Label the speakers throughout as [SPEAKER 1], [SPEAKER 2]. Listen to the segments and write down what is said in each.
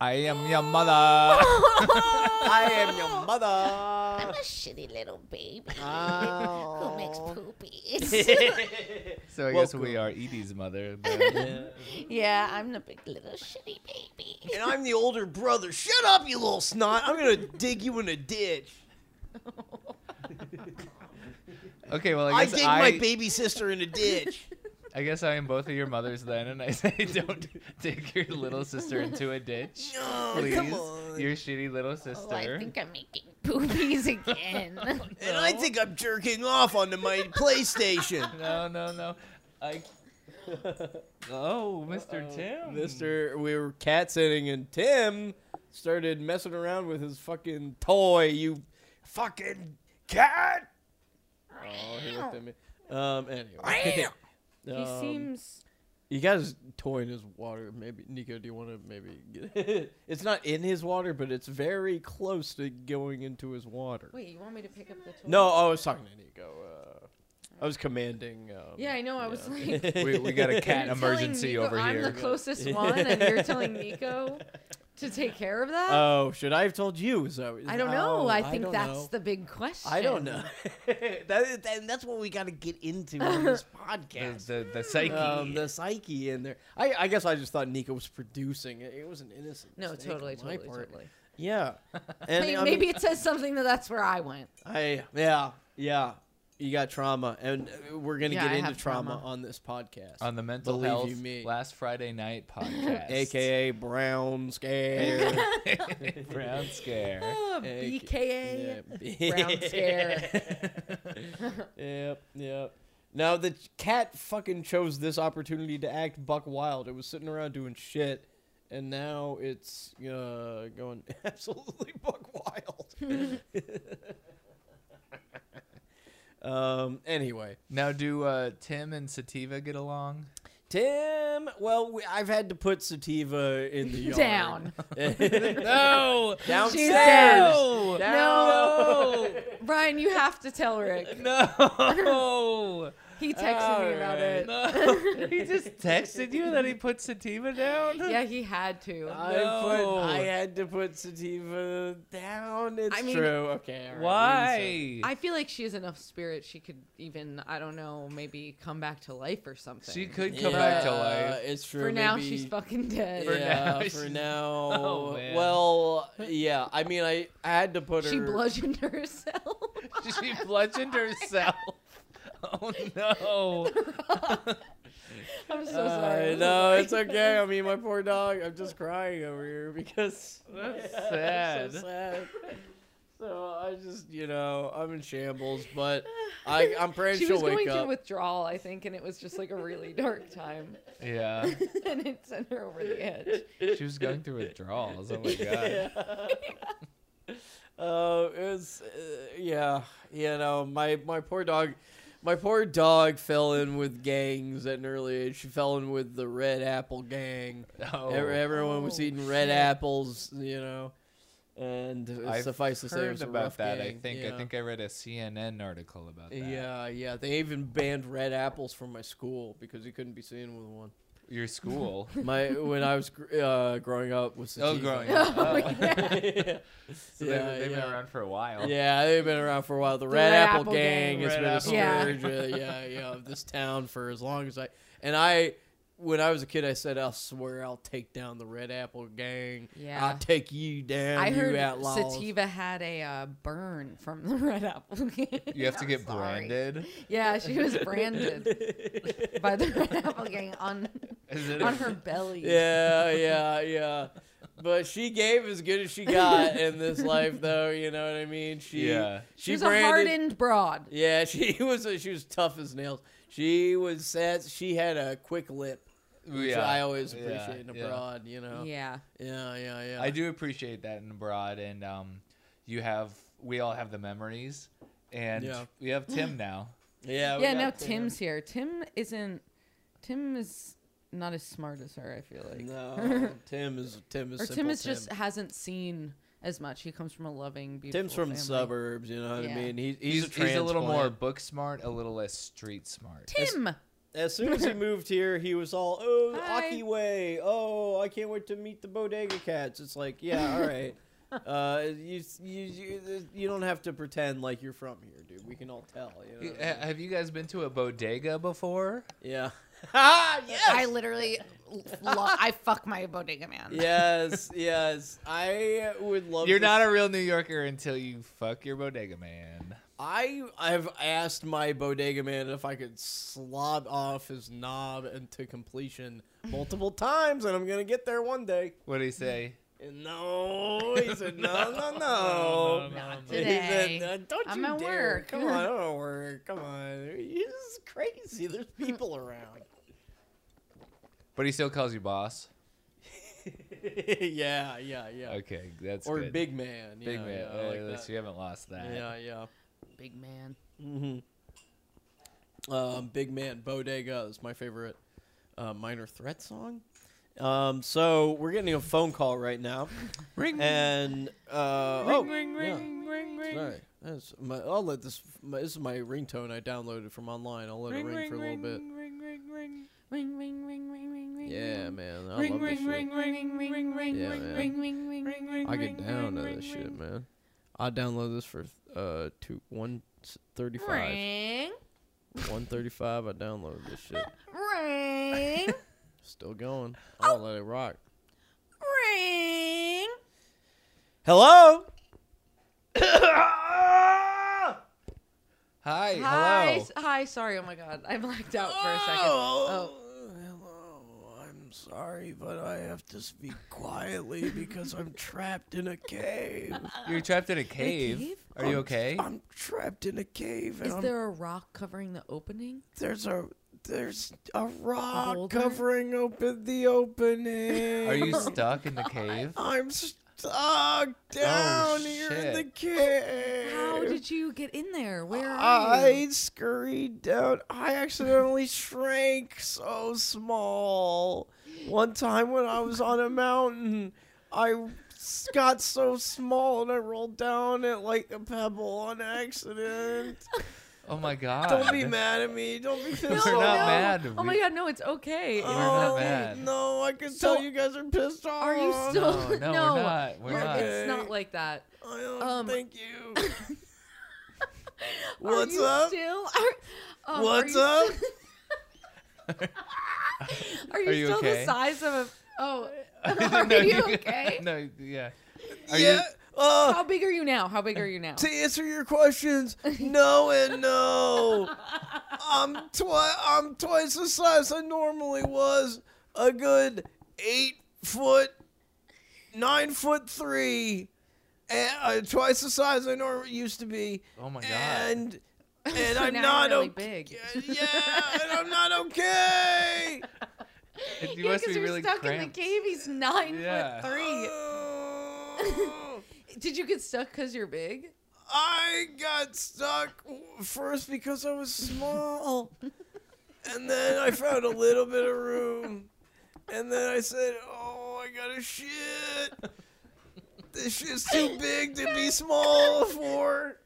[SPEAKER 1] I am your mother.
[SPEAKER 2] I am your mother.
[SPEAKER 3] I'm a shitty little baby who makes
[SPEAKER 2] Ow.
[SPEAKER 3] poopies.
[SPEAKER 1] so I guess we are Edie's mother. but-
[SPEAKER 3] yeah, I'm the big little shitty baby.
[SPEAKER 2] and I'm the older brother. Shut up, you little snot. I'm going to dig you in a ditch.
[SPEAKER 1] okay, well
[SPEAKER 2] I
[SPEAKER 1] I guess
[SPEAKER 2] dig
[SPEAKER 1] I,
[SPEAKER 2] my baby sister in a ditch.
[SPEAKER 1] I guess I am both of your mothers then, and I say don't take your little sister into a ditch.
[SPEAKER 4] Oh,
[SPEAKER 2] No,
[SPEAKER 1] Please,
[SPEAKER 2] come on.
[SPEAKER 1] your shitty little sister.
[SPEAKER 3] Oh, I think I'm making poopies again.
[SPEAKER 2] and I think I'm jerking off onto my PlayStation.
[SPEAKER 1] No, no, no. I. Oh, mister Tim.
[SPEAKER 4] Mister, we were cat sitting, and Tim started messing around with his fucking toy. You fucking cat! Oh, he looked at me. Um, anyway.
[SPEAKER 5] He
[SPEAKER 4] Um,
[SPEAKER 5] seems.
[SPEAKER 4] He got his toy in his water. Maybe Nico, do you want to maybe? Get it's not in his water, but it's very close to going into his water.
[SPEAKER 5] Wait, you want me to pick up the toy?
[SPEAKER 4] No, oh, I was talking to Nico. Uh, I was commanding. Um,
[SPEAKER 5] Yeah, I know. I was
[SPEAKER 4] yeah.
[SPEAKER 5] like.
[SPEAKER 1] We, we got a cat
[SPEAKER 5] you're telling
[SPEAKER 1] emergency
[SPEAKER 5] Nico
[SPEAKER 1] over
[SPEAKER 5] I'm
[SPEAKER 1] here.
[SPEAKER 5] the closest one, and you're telling Nico to take care of that.
[SPEAKER 4] oh, should I have told you? Is that what-
[SPEAKER 5] I don't know.
[SPEAKER 4] Oh,
[SPEAKER 5] I think
[SPEAKER 4] don't
[SPEAKER 5] that's
[SPEAKER 4] know.
[SPEAKER 5] the big question.
[SPEAKER 4] I don't know.
[SPEAKER 2] that, and that's what we got to get into on this podcast.
[SPEAKER 1] the, the, the psyche.
[SPEAKER 4] um, the psyche in there. I, I guess I just thought Nico was producing it. It was an innocent.
[SPEAKER 5] No,
[SPEAKER 4] mistake
[SPEAKER 5] totally,
[SPEAKER 4] on my
[SPEAKER 5] totally,
[SPEAKER 4] part.
[SPEAKER 5] totally.
[SPEAKER 4] Yeah, and
[SPEAKER 5] Hey,
[SPEAKER 4] I mean-
[SPEAKER 5] maybe it says something that that's where I went.
[SPEAKER 4] I yeah yeah. You got trauma, and uh, we're gonna
[SPEAKER 5] Yeah, I
[SPEAKER 4] get into
[SPEAKER 5] have
[SPEAKER 4] trauma,
[SPEAKER 5] trauma.
[SPEAKER 4] on this podcast,
[SPEAKER 1] on the mental
[SPEAKER 4] believe
[SPEAKER 1] health
[SPEAKER 4] you me.
[SPEAKER 1] last Friday night podcast,
[SPEAKER 4] aka Brown Scare.
[SPEAKER 1] Brown Scare.
[SPEAKER 5] Oh,
[SPEAKER 4] Hey,
[SPEAKER 5] BKA Brown Scare.
[SPEAKER 4] yep, yep. Now the cat fucking chose this opportunity to act buck wild. It was sitting around doing shit, and now it's uh, going absolutely buck wild. um. Anyway,
[SPEAKER 1] Now, do uh, Tim and Sativa get along?
[SPEAKER 4] Tim. Well, we, I've had to put Sativa in the yard.
[SPEAKER 5] Down.
[SPEAKER 4] no. Downstairs.
[SPEAKER 5] She's down.
[SPEAKER 4] No.
[SPEAKER 5] No. Brian, you have to tell Rick.
[SPEAKER 1] No.
[SPEAKER 5] He texted me about it.
[SPEAKER 1] No. he just texted you that he put Sativa down.
[SPEAKER 5] Yeah, he had to.
[SPEAKER 4] I
[SPEAKER 1] No.
[SPEAKER 4] put. I had to put Sativa down. It's
[SPEAKER 5] I mean-
[SPEAKER 4] true. Okay. all right, Lisa.
[SPEAKER 1] Why?
[SPEAKER 5] I feel like she has enough spirit. She could even, I don't know, maybe come back to life or something.
[SPEAKER 1] she could come back to
[SPEAKER 4] Yeah,
[SPEAKER 1] life.
[SPEAKER 4] It's true.
[SPEAKER 5] For now,
[SPEAKER 4] maybe-
[SPEAKER 5] she's fucking dead.
[SPEAKER 1] For now,
[SPEAKER 4] yeah,
[SPEAKER 1] she's-
[SPEAKER 4] for now.
[SPEAKER 1] Oh, man.
[SPEAKER 4] well, yeah. I mean, I, I had to put
[SPEAKER 5] She
[SPEAKER 4] her.
[SPEAKER 5] bludgeoned herself.
[SPEAKER 1] she bludgeoned herself. Oh no!
[SPEAKER 5] I'm so
[SPEAKER 4] Uh,
[SPEAKER 5] sorry. I'm so
[SPEAKER 4] no,
[SPEAKER 5] sorry.
[SPEAKER 4] it's okay. I mean, my poor dog. I'm just crying over here because
[SPEAKER 1] That's
[SPEAKER 4] I'm so
[SPEAKER 1] sad.
[SPEAKER 4] sad. So I just, you know, I'm in shambles, but I, I'm praying
[SPEAKER 5] she
[SPEAKER 4] will
[SPEAKER 5] was going
[SPEAKER 4] wake up.
[SPEAKER 5] through withdrawal, I think, and it was just like a really dark time,
[SPEAKER 1] Yeah,
[SPEAKER 5] and it sent her over the edge.
[SPEAKER 1] she was going through withdrawals. Oh my god!
[SPEAKER 4] Uh, it's uh, yeah, you know, my my poor dog, my poor dog fell in with gangs at an early age. She fell in with the Red Apple Gang.
[SPEAKER 1] Oh,
[SPEAKER 4] Ev- everyone was
[SPEAKER 5] Oh,
[SPEAKER 4] eating red
[SPEAKER 5] shit.
[SPEAKER 4] apples, you know. And uh,
[SPEAKER 1] I've
[SPEAKER 4] suffice to say, it
[SPEAKER 1] heard
[SPEAKER 4] was a
[SPEAKER 1] about
[SPEAKER 4] rough
[SPEAKER 1] that.
[SPEAKER 4] gang,
[SPEAKER 1] I think
[SPEAKER 4] yeah.
[SPEAKER 1] I think I read a CNN article about that.
[SPEAKER 4] Yeah, yeah. They even banned red apples from my school because you couldn't be seen with one.
[SPEAKER 1] your school.
[SPEAKER 4] My when I was gr- uh, growing up was
[SPEAKER 1] oh,
[SPEAKER 4] sativa.
[SPEAKER 1] growing up. Oh.
[SPEAKER 4] yeah,
[SPEAKER 1] So they,
[SPEAKER 4] Yeah,
[SPEAKER 1] they've been
[SPEAKER 4] yeah.
[SPEAKER 1] around for a while.
[SPEAKER 4] Yeah, they've been around for a while. The, Red,
[SPEAKER 5] Red
[SPEAKER 4] Apple,
[SPEAKER 5] Apple Gang.
[SPEAKER 4] Gang has
[SPEAKER 1] Red
[SPEAKER 4] been a
[SPEAKER 1] Apple
[SPEAKER 5] Gang.
[SPEAKER 4] scourge, uh, yeah, yeah, of this town for as long as I. And I, when I was a kid, I said, "I swear, I'll take down the Red Apple Gang.
[SPEAKER 5] Yeah.
[SPEAKER 4] I'll take you down,
[SPEAKER 5] I
[SPEAKER 4] you
[SPEAKER 5] heard
[SPEAKER 4] outlaws."
[SPEAKER 5] Sativa had a uh, burn from the red apple. Gang.
[SPEAKER 1] You have to
[SPEAKER 5] I'm
[SPEAKER 1] get
[SPEAKER 5] sorry.
[SPEAKER 1] branded.
[SPEAKER 5] Yeah, she was branded by the red apple gang on
[SPEAKER 1] Is it
[SPEAKER 5] on
[SPEAKER 1] a-
[SPEAKER 5] her belly.
[SPEAKER 4] Yeah, yeah, yeah. But she gave as good as she got in this life, though. You know what I mean? She,
[SPEAKER 1] Yeah.
[SPEAKER 4] she
[SPEAKER 5] She was
[SPEAKER 4] branded,
[SPEAKER 5] a hardened broad.
[SPEAKER 4] Yeah, she was. She was tough as nails. She was sad. She had a quick lip. which
[SPEAKER 1] Yeah,
[SPEAKER 4] I always
[SPEAKER 1] yeah,
[SPEAKER 4] appreciate in
[SPEAKER 1] yeah.
[SPEAKER 4] abroad, you know. Yeah,
[SPEAKER 5] Yeah.
[SPEAKER 4] yeah, yeah.
[SPEAKER 1] I do appreciate that in abroad, and um, you have we all have the memories, and
[SPEAKER 4] Yeah.
[SPEAKER 1] we have Tim now.
[SPEAKER 4] Yeah, Oh, we
[SPEAKER 5] Yeah,
[SPEAKER 4] got
[SPEAKER 5] no,
[SPEAKER 4] to-
[SPEAKER 5] Tim's here. Tim isn't. Tim is not as smart as her. I feel like.
[SPEAKER 4] No, Tim is Tim is.
[SPEAKER 5] or
[SPEAKER 4] simple
[SPEAKER 5] Tim is just hasn't seen as much. He comes from a loving, beautiful.
[SPEAKER 4] Tim's from the
[SPEAKER 5] family.
[SPEAKER 4] suburbs. You know what I
[SPEAKER 5] Yeah.
[SPEAKER 4] mean? He, he's
[SPEAKER 1] He's,
[SPEAKER 4] a
[SPEAKER 1] he's a little more
[SPEAKER 4] transplant.
[SPEAKER 1] book smart, a little less street smart.
[SPEAKER 5] Tim,
[SPEAKER 4] As soon as he moved here, he was all, "Oh,
[SPEAKER 5] Hi.
[SPEAKER 4] Akiway! Oh, I can't wait to meet the bodega cats." It's like, yeah, all right. Uh, you, you you you don't have to pretend like you're from here, dude. We can all tell. You know?
[SPEAKER 1] Ha- Have you guys been to a bodega before?
[SPEAKER 4] Yeah. ah,
[SPEAKER 3] I
[SPEAKER 4] yes.
[SPEAKER 3] literally, lo- I fuck my bodega man.
[SPEAKER 4] yes, yes. I would love.
[SPEAKER 1] You're
[SPEAKER 4] to
[SPEAKER 1] not a real New Yorker until you fuck your bodega man.
[SPEAKER 4] I I've asked my bodega man if I could slob off his knob into completion multiple times, and I'm gonna get there one day.
[SPEAKER 1] What do you say?
[SPEAKER 4] And no, he said no, no, no.
[SPEAKER 3] Not
[SPEAKER 4] He
[SPEAKER 3] today.
[SPEAKER 4] said, "Uh, don't
[SPEAKER 3] I'm
[SPEAKER 4] you
[SPEAKER 3] at
[SPEAKER 4] dare.
[SPEAKER 3] work."
[SPEAKER 4] Come on, I don't wanna work. Come on, this is crazy. There's people around.
[SPEAKER 1] But he still calls you boss.
[SPEAKER 4] yeah, yeah, yeah.
[SPEAKER 1] Okay, that's
[SPEAKER 4] or
[SPEAKER 1] good.
[SPEAKER 4] big man.
[SPEAKER 1] big
[SPEAKER 4] yeah,
[SPEAKER 1] man.
[SPEAKER 4] Yeah, I
[SPEAKER 1] Uh,
[SPEAKER 4] like
[SPEAKER 1] at least
[SPEAKER 4] that.
[SPEAKER 1] you haven't lost that.
[SPEAKER 4] yeah, yeah.
[SPEAKER 3] Big man.
[SPEAKER 4] um, Big Man Bodega is my favorite uh, minor threat song. Um, so we're getting a phone call right now,
[SPEAKER 1] Ring,
[SPEAKER 4] and uh, oh, yeah.
[SPEAKER 1] ring, ring.
[SPEAKER 4] Sorry, that's my, I'll let this. My, this is my ringtone I downloaded from online. I'll let it ring, for a little bit.
[SPEAKER 1] ring, ring, ring.
[SPEAKER 3] Ring, ring, ring, ring, ring, ring.
[SPEAKER 4] Yeah, man, I love this shit.
[SPEAKER 3] ring, ring, ring, ring,
[SPEAKER 4] Yeah,
[SPEAKER 3] ring,
[SPEAKER 4] man.
[SPEAKER 3] ring, ring, ring, ring, ring.
[SPEAKER 4] I get down to this shit, man. I download this for uh two one thirty five,
[SPEAKER 3] Ring,
[SPEAKER 4] one thirty five. I download this shit.
[SPEAKER 3] ring,
[SPEAKER 4] Still going.
[SPEAKER 3] Oh.
[SPEAKER 4] I'll let it rock.
[SPEAKER 3] ring.
[SPEAKER 4] Hello.
[SPEAKER 1] Hi,
[SPEAKER 5] Hi,
[SPEAKER 1] hello.
[SPEAKER 5] s- hi. Sorry. Oh my god, I blacked out for a second. Oh,
[SPEAKER 4] hello. I'm sorry, but I have to speak quietly because I'm trapped in a cave.
[SPEAKER 1] You're trapped in a cave.
[SPEAKER 5] cave?
[SPEAKER 1] Are you okay?
[SPEAKER 4] I'm trapped in a cave, and
[SPEAKER 5] is
[SPEAKER 4] I'm-
[SPEAKER 5] there a rock covering the opening?
[SPEAKER 4] there's a there's a rock
[SPEAKER 5] boulder?
[SPEAKER 4] covering open the opening.
[SPEAKER 1] Are you stuck in the cave?
[SPEAKER 4] I'm stuck down here in the
[SPEAKER 1] Oh, shit.
[SPEAKER 4] cave.
[SPEAKER 5] How did you get in there? Where are you?
[SPEAKER 4] eh. I scurried down. I accidentally shrank so small. One time when I was on a mountain, I s- got so small and I rolled down at like a pebble on accident.
[SPEAKER 1] Oh my god.
[SPEAKER 4] Don't be mad at me. Don't be
[SPEAKER 1] We're
[SPEAKER 4] pissed
[SPEAKER 1] not
[SPEAKER 4] off. Oh,
[SPEAKER 1] mad.
[SPEAKER 5] Oh my
[SPEAKER 1] We-
[SPEAKER 5] god, no, it's okay. Oh. It's
[SPEAKER 1] We're not
[SPEAKER 5] okay.
[SPEAKER 1] mad.
[SPEAKER 4] No, I can
[SPEAKER 5] So,
[SPEAKER 4] tell you guys are pissed off.
[SPEAKER 5] Are you still?
[SPEAKER 1] Oh, No, no, we're not. We're
[SPEAKER 5] Look,
[SPEAKER 1] not.
[SPEAKER 5] It's
[SPEAKER 4] Okay.
[SPEAKER 5] not like that.
[SPEAKER 4] I don't
[SPEAKER 5] um,
[SPEAKER 4] think Oh, you.
[SPEAKER 5] are
[SPEAKER 4] What's
[SPEAKER 5] you
[SPEAKER 4] up?
[SPEAKER 5] Still? Are, um,
[SPEAKER 4] What's
[SPEAKER 5] are you
[SPEAKER 4] up?
[SPEAKER 5] Still, are you,
[SPEAKER 1] Are you
[SPEAKER 5] still
[SPEAKER 1] okay?
[SPEAKER 5] the size of a? Oh, are
[SPEAKER 1] No,
[SPEAKER 5] you okay?
[SPEAKER 1] No, yeah. Are
[SPEAKER 4] yeah.
[SPEAKER 1] you
[SPEAKER 4] uh,
[SPEAKER 5] How big are you now? How big are you now?
[SPEAKER 4] To answer your questions, no and no. I'm twi- I'm twice the size I normally was. A good eight foot, nine foot three, and uh, twice the size I normally used to be.
[SPEAKER 1] Oh my god.
[SPEAKER 4] And and
[SPEAKER 5] So
[SPEAKER 4] I'm
[SPEAKER 5] now
[SPEAKER 4] not
[SPEAKER 5] you're really
[SPEAKER 4] okay.
[SPEAKER 5] big.
[SPEAKER 4] Yeah, and I'm not okay.
[SPEAKER 1] It- you
[SPEAKER 5] Yeah,
[SPEAKER 1] must
[SPEAKER 5] because
[SPEAKER 1] be
[SPEAKER 5] you're
[SPEAKER 1] really
[SPEAKER 5] stuck in
[SPEAKER 1] cramped.
[SPEAKER 5] the cave. He's nine
[SPEAKER 1] Yeah.
[SPEAKER 5] foot three. Did you get stuck because you're big?
[SPEAKER 4] Oh, I got stuck first because I was small. and then I found a little bit of room. And then I said, Oh, I gotta shit. This shit's too big to be small for.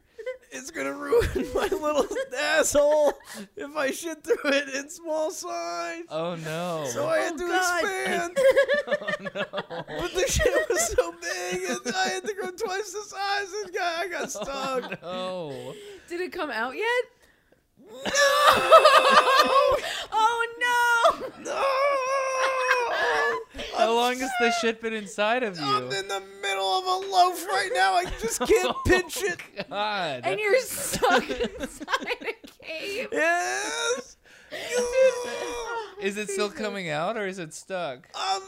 [SPEAKER 4] It's gonna ruin my little asshole if I shit through it in small size.
[SPEAKER 1] Oh no.
[SPEAKER 4] So I had to expand. But the shit was so big, and I had to go twice the size, and got, I got stuck.
[SPEAKER 1] oh.
[SPEAKER 5] Did it come out yet?
[SPEAKER 3] Oh no!
[SPEAKER 4] No!
[SPEAKER 1] How long has the shit been inside of
[SPEAKER 4] I'm
[SPEAKER 1] you?
[SPEAKER 4] in the middle of a loaf right now. I just can't pinch it.
[SPEAKER 1] God.
[SPEAKER 3] And you're stuck inside a cave.
[SPEAKER 4] Yes.
[SPEAKER 1] Is it still coming out or is it stuck?
[SPEAKER 4] I'm.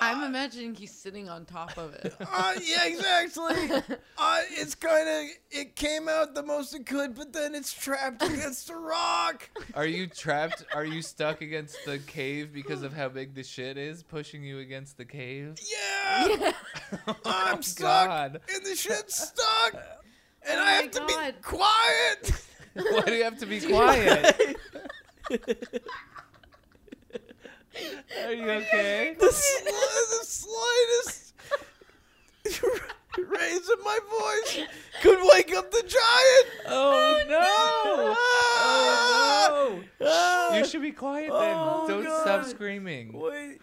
[SPEAKER 5] I'm imagining he's sitting on top of it.
[SPEAKER 4] Uh, yeah, exactly. Uh, it's kind of. It came out the most it could, but then it's trapped against a rock.
[SPEAKER 1] Are you trapped? Are you stuck against the cave because of how big the shit is pushing you against the cave?
[SPEAKER 4] Yeah. I'm
[SPEAKER 1] Oh,
[SPEAKER 4] stuck,
[SPEAKER 1] God.
[SPEAKER 4] and the shit's stuck, and
[SPEAKER 5] Oh
[SPEAKER 4] I
[SPEAKER 5] my
[SPEAKER 4] have to
[SPEAKER 5] God.
[SPEAKER 4] be quiet.
[SPEAKER 1] Why do you have to be quiet? Are you okay?
[SPEAKER 4] the, sli- the slightest raise of my voice could Oh, wake up the giant.
[SPEAKER 1] Oh no!
[SPEAKER 4] Ah!
[SPEAKER 1] Oh
[SPEAKER 4] Ah!
[SPEAKER 1] You should be quiet then.
[SPEAKER 4] Oh,
[SPEAKER 1] Don't stop
[SPEAKER 4] God.
[SPEAKER 1] screaming.
[SPEAKER 4] Wait.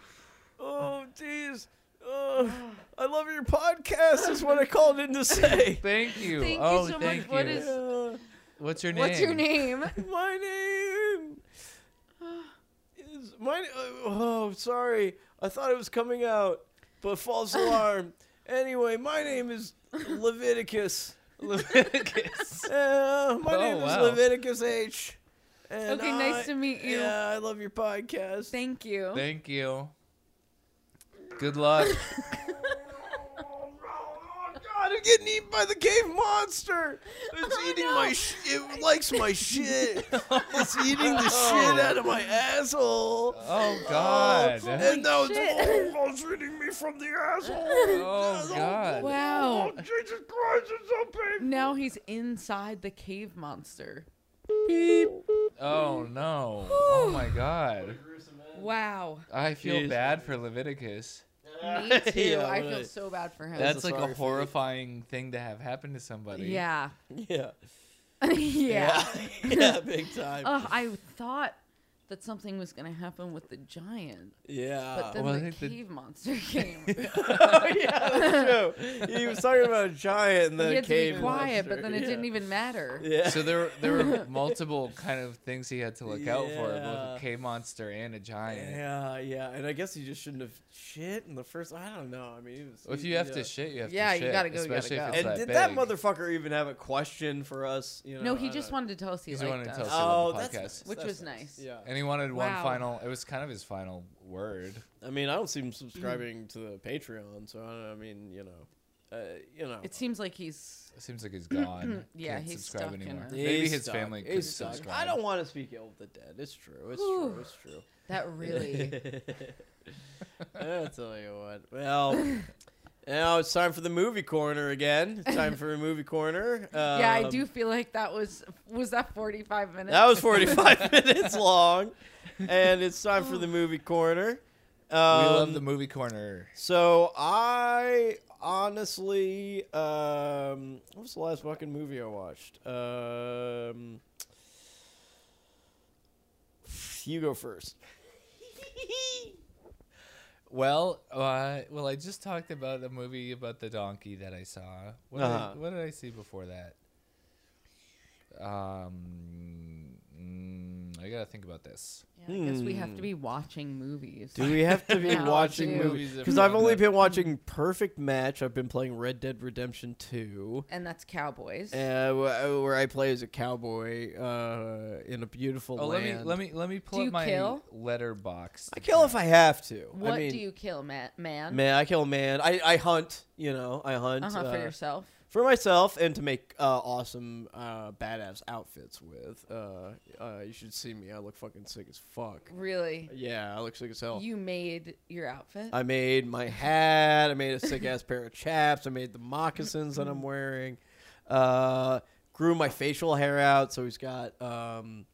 [SPEAKER 4] Oh, jeez. Oh, I love your podcast. Is what I called in to say.
[SPEAKER 1] Thank you.
[SPEAKER 5] Thank you
[SPEAKER 1] oh,
[SPEAKER 5] so much.
[SPEAKER 1] thank you.
[SPEAKER 5] What is-
[SPEAKER 4] Uh,
[SPEAKER 1] What's your name?
[SPEAKER 5] What's your name?
[SPEAKER 4] my name is my. oh, sorry. I thought it was coming out, but false alarm. Anyway, my name is Leviticus.
[SPEAKER 1] Leviticus.
[SPEAKER 4] Uh, my
[SPEAKER 1] Oh,
[SPEAKER 4] name is
[SPEAKER 1] wow.
[SPEAKER 4] Leviticus H. And
[SPEAKER 5] Okay,
[SPEAKER 4] I-
[SPEAKER 5] nice to meet you.
[SPEAKER 4] Yeah, I love your podcast.
[SPEAKER 5] Thank you.
[SPEAKER 1] Thank you. Good luck.
[SPEAKER 4] Oh God, I'm getting eaten by the cave monster.
[SPEAKER 2] It's eating my sh- it likes my shit. it's eating the shit out of my asshole.
[SPEAKER 1] Oh God. Oh,
[SPEAKER 2] and now it's
[SPEAKER 5] shit.
[SPEAKER 2] oh, it's eating me from the asshole.
[SPEAKER 1] Oh, God.
[SPEAKER 5] Oh, wow.
[SPEAKER 2] Jesus Christ, it's so painful.
[SPEAKER 5] Now he's inside the cave monster.
[SPEAKER 1] Oh no. Oh my God.
[SPEAKER 5] Wow.
[SPEAKER 1] I feel
[SPEAKER 4] Jeez.
[SPEAKER 1] bad for Leviticus.
[SPEAKER 5] Me too.
[SPEAKER 4] Yeah,
[SPEAKER 5] I feel
[SPEAKER 4] right.
[SPEAKER 5] so bad for him.
[SPEAKER 4] That-
[SPEAKER 1] That's
[SPEAKER 4] so
[SPEAKER 1] like
[SPEAKER 4] sorry
[SPEAKER 1] a
[SPEAKER 4] for you.
[SPEAKER 1] horrifying thing to have happen to somebody.
[SPEAKER 5] yeah.
[SPEAKER 4] Yeah.
[SPEAKER 5] yeah. Uh,
[SPEAKER 4] yeah, big time.
[SPEAKER 5] Ugh, I thought that something was gonna happen with the giant, but
[SPEAKER 4] yeah.
[SPEAKER 5] then
[SPEAKER 1] Well, I
[SPEAKER 5] the
[SPEAKER 1] think the-
[SPEAKER 5] cave monster came.
[SPEAKER 4] oh, yeah, that's true. He was talking about a giant in
[SPEAKER 5] he
[SPEAKER 4] the
[SPEAKER 5] had to
[SPEAKER 4] cave.
[SPEAKER 5] be quiet,
[SPEAKER 4] monster.
[SPEAKER 5] but then it
[SPEAKER 4] yeah.
[SPEAKER 5] didn't even matter.
[SPEAKER 4] Yeah.
[SPEAKER 1] So there, there were multiple kind of things he had to look out for, both a
[SPEAKER 4] Yeah.
[SPEAKER 1] cave monster and a giant.
[SPEAKER 4] Yeah, yeah, and I guess he just shouldn't have shit in the first. I don't know. I mean, he was,
[SPEAKER 1] Well, If
[SPEAKER 4] he-
[SPEAKER 1] you have
[SPEAKER 4] yeah.
[SPEAKER 1] to shit, you have
[SPEAKER 5] Yeah,
[SPEAKER 1] to
[SPEAKER 5] you
[SPEAKER 1] shit.
[SPEAKER 5] gotta go, you
[SPEAKER 1] especially
[SPEAKER 5] gotta
[SPEAKER 1] if
[SPEAKER 5] go.
[SPEAKER 1] it's
[SPEAKER 4] And
[SPEAKER 1] that big.
[SPEAKER 4] did that motherfucker even have a question for us? You know,
[SPEAKER 5] No,
[SPEAKER 4] I
[SPEAKER 5] he just
[SPEAKER 4] don't-
[SPEAKER 5] wanted to tell us he
[SPEAKER 1] He just
[SPEAKER 5] liked
[SPEAKER 1] wanted to
[SPEAKER 5] us.
[SPEAKER 1] tell us
[SPEAKER 4] Oh,
[SPEAKER 1] about the
[SPEAKER 4] that's
[SPEAKER 1] podcast.
[SPEAKER 4] nice.
[SPEAKER 5] Which
[SPEAKER 4] that's
[SPEAKER 5] was nice.
[SPEAKER 4] Yeah.
[SPEAKER 1] And he wanted
[SPEAKER 5] Wow.
[SPEAKER 1] one final. It was kind of his final word.
[SPEAKER 4] I mean, I don't see him subscribing to the Patreon, so I, don't, I mean, you know, uh, you know,
[SPEAKER 5] It seems like he's
[SPEAKER 1] It seems like he's gone.
[SPEAKER 5] Yeah,
[SPEAKER 1] Can't
[SPEAKER 5] he's
[SPEAKER 1] subscribe
[SPEAKER 5] stuck in
[SPEAKER 1] anymore.
[SPEAKER 5] a-
[SPEAKER 1] Maybe
[SPEAKER 4] He's
[SPEAKER 1] his
[SPEAKER 4] stuck.
[SPEAKER 1] family
[SPEAKER 4] He's
[SPEAKER 1] could
[SPEAKER 4] stuck.
[SPEAKER 1] subscribe.
[SPEAKER 4] I don't want to speak ill of the dead. It's true. It's
[SPEAKER 5] Whew.
[SPEAKER 4] true. It's true.
[SPEAKER 5] that really.
[SPEAKER 4] I'll tell you what. Well, now it's time for the movie corner again. It's time for a movie corner. Um,
[SPEAKER 5] yeah, I do feel like that was was that forty five minutes.
[SPEAKER 4] That was 45 minutes long, and it's time for the movie corner. Um,
[SPEAKER 1] we love the movie corner.
[SPEAKER 4] So I honestly, um, what was the last fucking movie I watched? Um, you go first.
[SPEAKER 1] Well, uh, well, I just talked about a movie about the donkey that I saw. What,
[SPEAKER 4] Uh-huh.
[SPEAKER 1] did, I, what did I see before that? Um, mm, I gotta think about this.
[SPEAKER 5] Yeah, I guess we have
[SPEAKER 4] Hmm.
[SPEAKER 5] to be watching movies.
[SPEAKER 4] Do we have to be
[SPEAKER 5] Yeah,
[SPEAKER 4] watching
[SPEAKER 5] dude.
[SPEAKER 4] movies?
[SPEAKER 1] Movies are
[SPEAKER 4] Because I've
[SPEAKER 1] fun,
[SPEAKER 4] only
[SPEAKER 1] but-
[SPEAKER 4] been watching Perfect Match. I've been playing Red Dead Redemption Two.
[SPEAKER 5] and that's cowboys.
[SPEAKER 4] Uh, wh- where I play as a cowboy uh, in a beautiful
[SPEAKER 1] Oh, let me
[SPEAKER 4] land.
[SPEAKER 1] let me let me pull
[SPEAKER 5] Do
[SPEAKER 1] up
[SPEAKER 5] you
[SPEAKER 1] my
[SPEAKER 5] kill?
[SPEAKER 1] letterbox.
[SPEAKER 4] I kill if I have to.
[SPEAKER 5] what
[SPEAKER 4] I mean,
[SPEAKER 5] do you kill, ma- man?
[SPEAKER 4] Man, I kill man. I, I hunt. You know, I hunt
[SPEAKER 5] uh-huh,
[SPEAKER 4] uh,
[SPEAKER 5] for yourself.
[SPEAKER 4] for myself and to make uh, awesome, uh, badass outfits with. Uh, uh, you should see me. I look fucking sick as fuck.
[SPEAKER 5] Really,
[SPEAKER 4] Yeah, I look sick as hell.
[SPEAKER 5] you made your outfit.
[SPEAKER 4] I made my hat. I made a sick ass pair of chaps. I made the moccasins that I'm wearing. Uh, grew my facial hair out, so he's got um,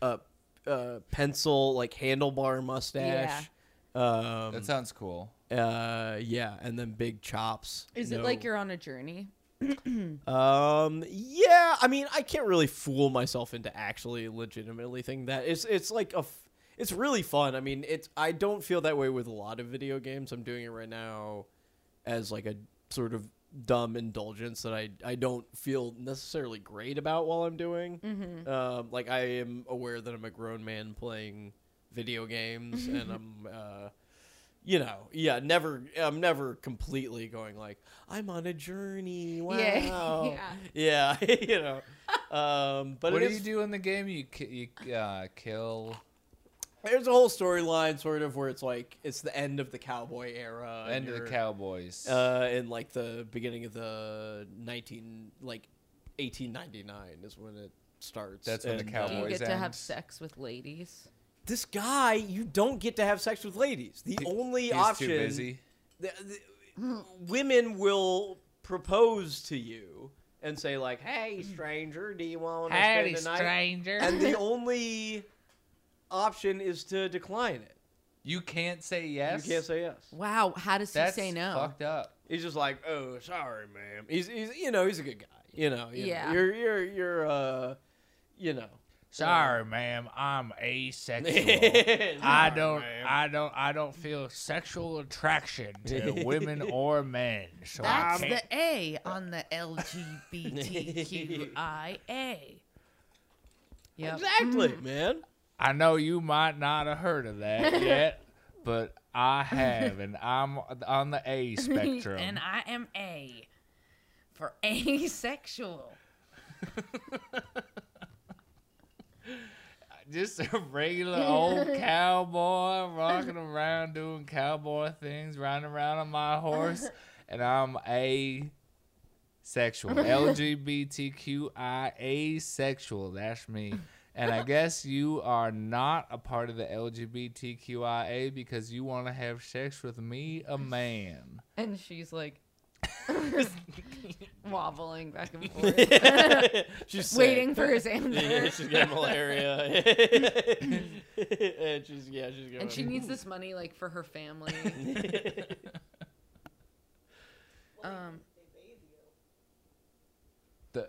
[SPEAKER 4] a, a pencil like handlebar mustache. Um,
[SPEAKER 1] That sounds cool.
[SPEAKER 4] uh, yeah, and then big chops.
[SPEAKER 5] Is it
[SPEAKER 4] No-
[SPEAKER 5] like you're on a journey?
[SPEAKER 4] Um, yeah. I mean, I can't really fool myself into actually legitimately thinking that it's it's like a. F- it's really fun. I mean, it's I don't feel that way with a lot of video games. I'm doing it right now as like a sort of dumb indulgence that I I don't feel necessarily great about while I'm doing.
[SPEAKER 5] Mm-hmm.
[SPEAKER 4] Um, like I am aware that I'm a grown man playing video games, and I'm uh, you know, yeah, never I'm never completely going like I'm on a journey. Wow,
[SPEAKER 5] Yeah,
[SPEAKER 4] yeah, you know. Um, but
[SPEAKER 1] what
[SPEAKER 4] it
[SPEAKER 1] do
[SPEAKER 4] is
[SPEAKER 1] you do in the game? You ki- you uh, kill.
[SPEAKER 4] there's a whole storyline sort of where it's like it's the end of the cowboy era, and
[SPEAKER 1] End of the
[SPEAKER 4] you're-
[SPEAKER 1] Cowboys.
[SPEAKER 4] uh, in like the beginning of the 19 like 1899 is when it starts.
[SPEAKER 1] That's when the
[SPEAKER 5] Do
[SPEAKER 4] And,
[SPEAKER 5] you
[SPEAKER 1] Cowboys
[SPEAKER 5] get to
[SPEAKER 1] end.
[SPEAKER 5] have sex with ladies?
[SPEAKER 4] this guy, you don't get to have sex with ladies. The
[SPEAKER 1] He-
[SPEAKER 4] only
[SPEAKER 1] He's
[SPEAKER 4] option,
[SPEAKER 1] too busy.
[SPEAKER 4] the- the- women will propose to you and say like, "Hey, stranger, do you want to spend the night?"
[SPEAKER 3] stranger.
[SPEAKER 4] and the only option is to decline it.
[SPEAKER 1] You can't say yes.
[SPEAKER 4] You can't say yes.
[SPEAKER 5] Wow, how does
[SPEAKER 1] That's
[SPEAKER 5] he say no?
[SPEAKER 1] fucked up.
[SPEAKER 4] He's just like, oh, sorry, ma'am. He's, he's you know, he's a good guy. You know, you know.
[SPEAKER 5] Yeah.
[SPEAKER 4] You're, you're, you're, uh, you know.
[SPEAKER 1] Sorry, ma'am, I'm asexual.
[SPEAKER 4] yeah,
[SPEAKER 1] I don't, I don't, I don't feel sexual attraction to women or men. So
[SPEAKER 6] That's
[SPEAKER 1] I can't.
[SPEAKER 6] the A on the LGBTQIA.
[SPEAKER 5] Yep.
[SPEAKER 4] exactly, man.
[SPEAKER 1] I know you might not have heard of that yet, but I have, and I'm on the A spectrum.
[SPEAKER 6] and I am A for asexual.
[SPEAKER 1] just a regular old cowboy rocking around doing cowboy things, riding around on my horse, and I'm a sexual LGBTQI asexual. That's me. And I guess you are not a part of the LGBTQIA because you want to have sex with me, a man.
[SPEAKER 5] And she's like wobbling back and forth,
[SPEAKER 4] she's sick.
[SPEAKER 5] waiting for his answer.
[SPEAKER 4] Yeah, she's got malaria. and she's yeah, she's going.
[SPEAKER 5] And she needs this money like for her family. um,
[SPEAKER 1] The,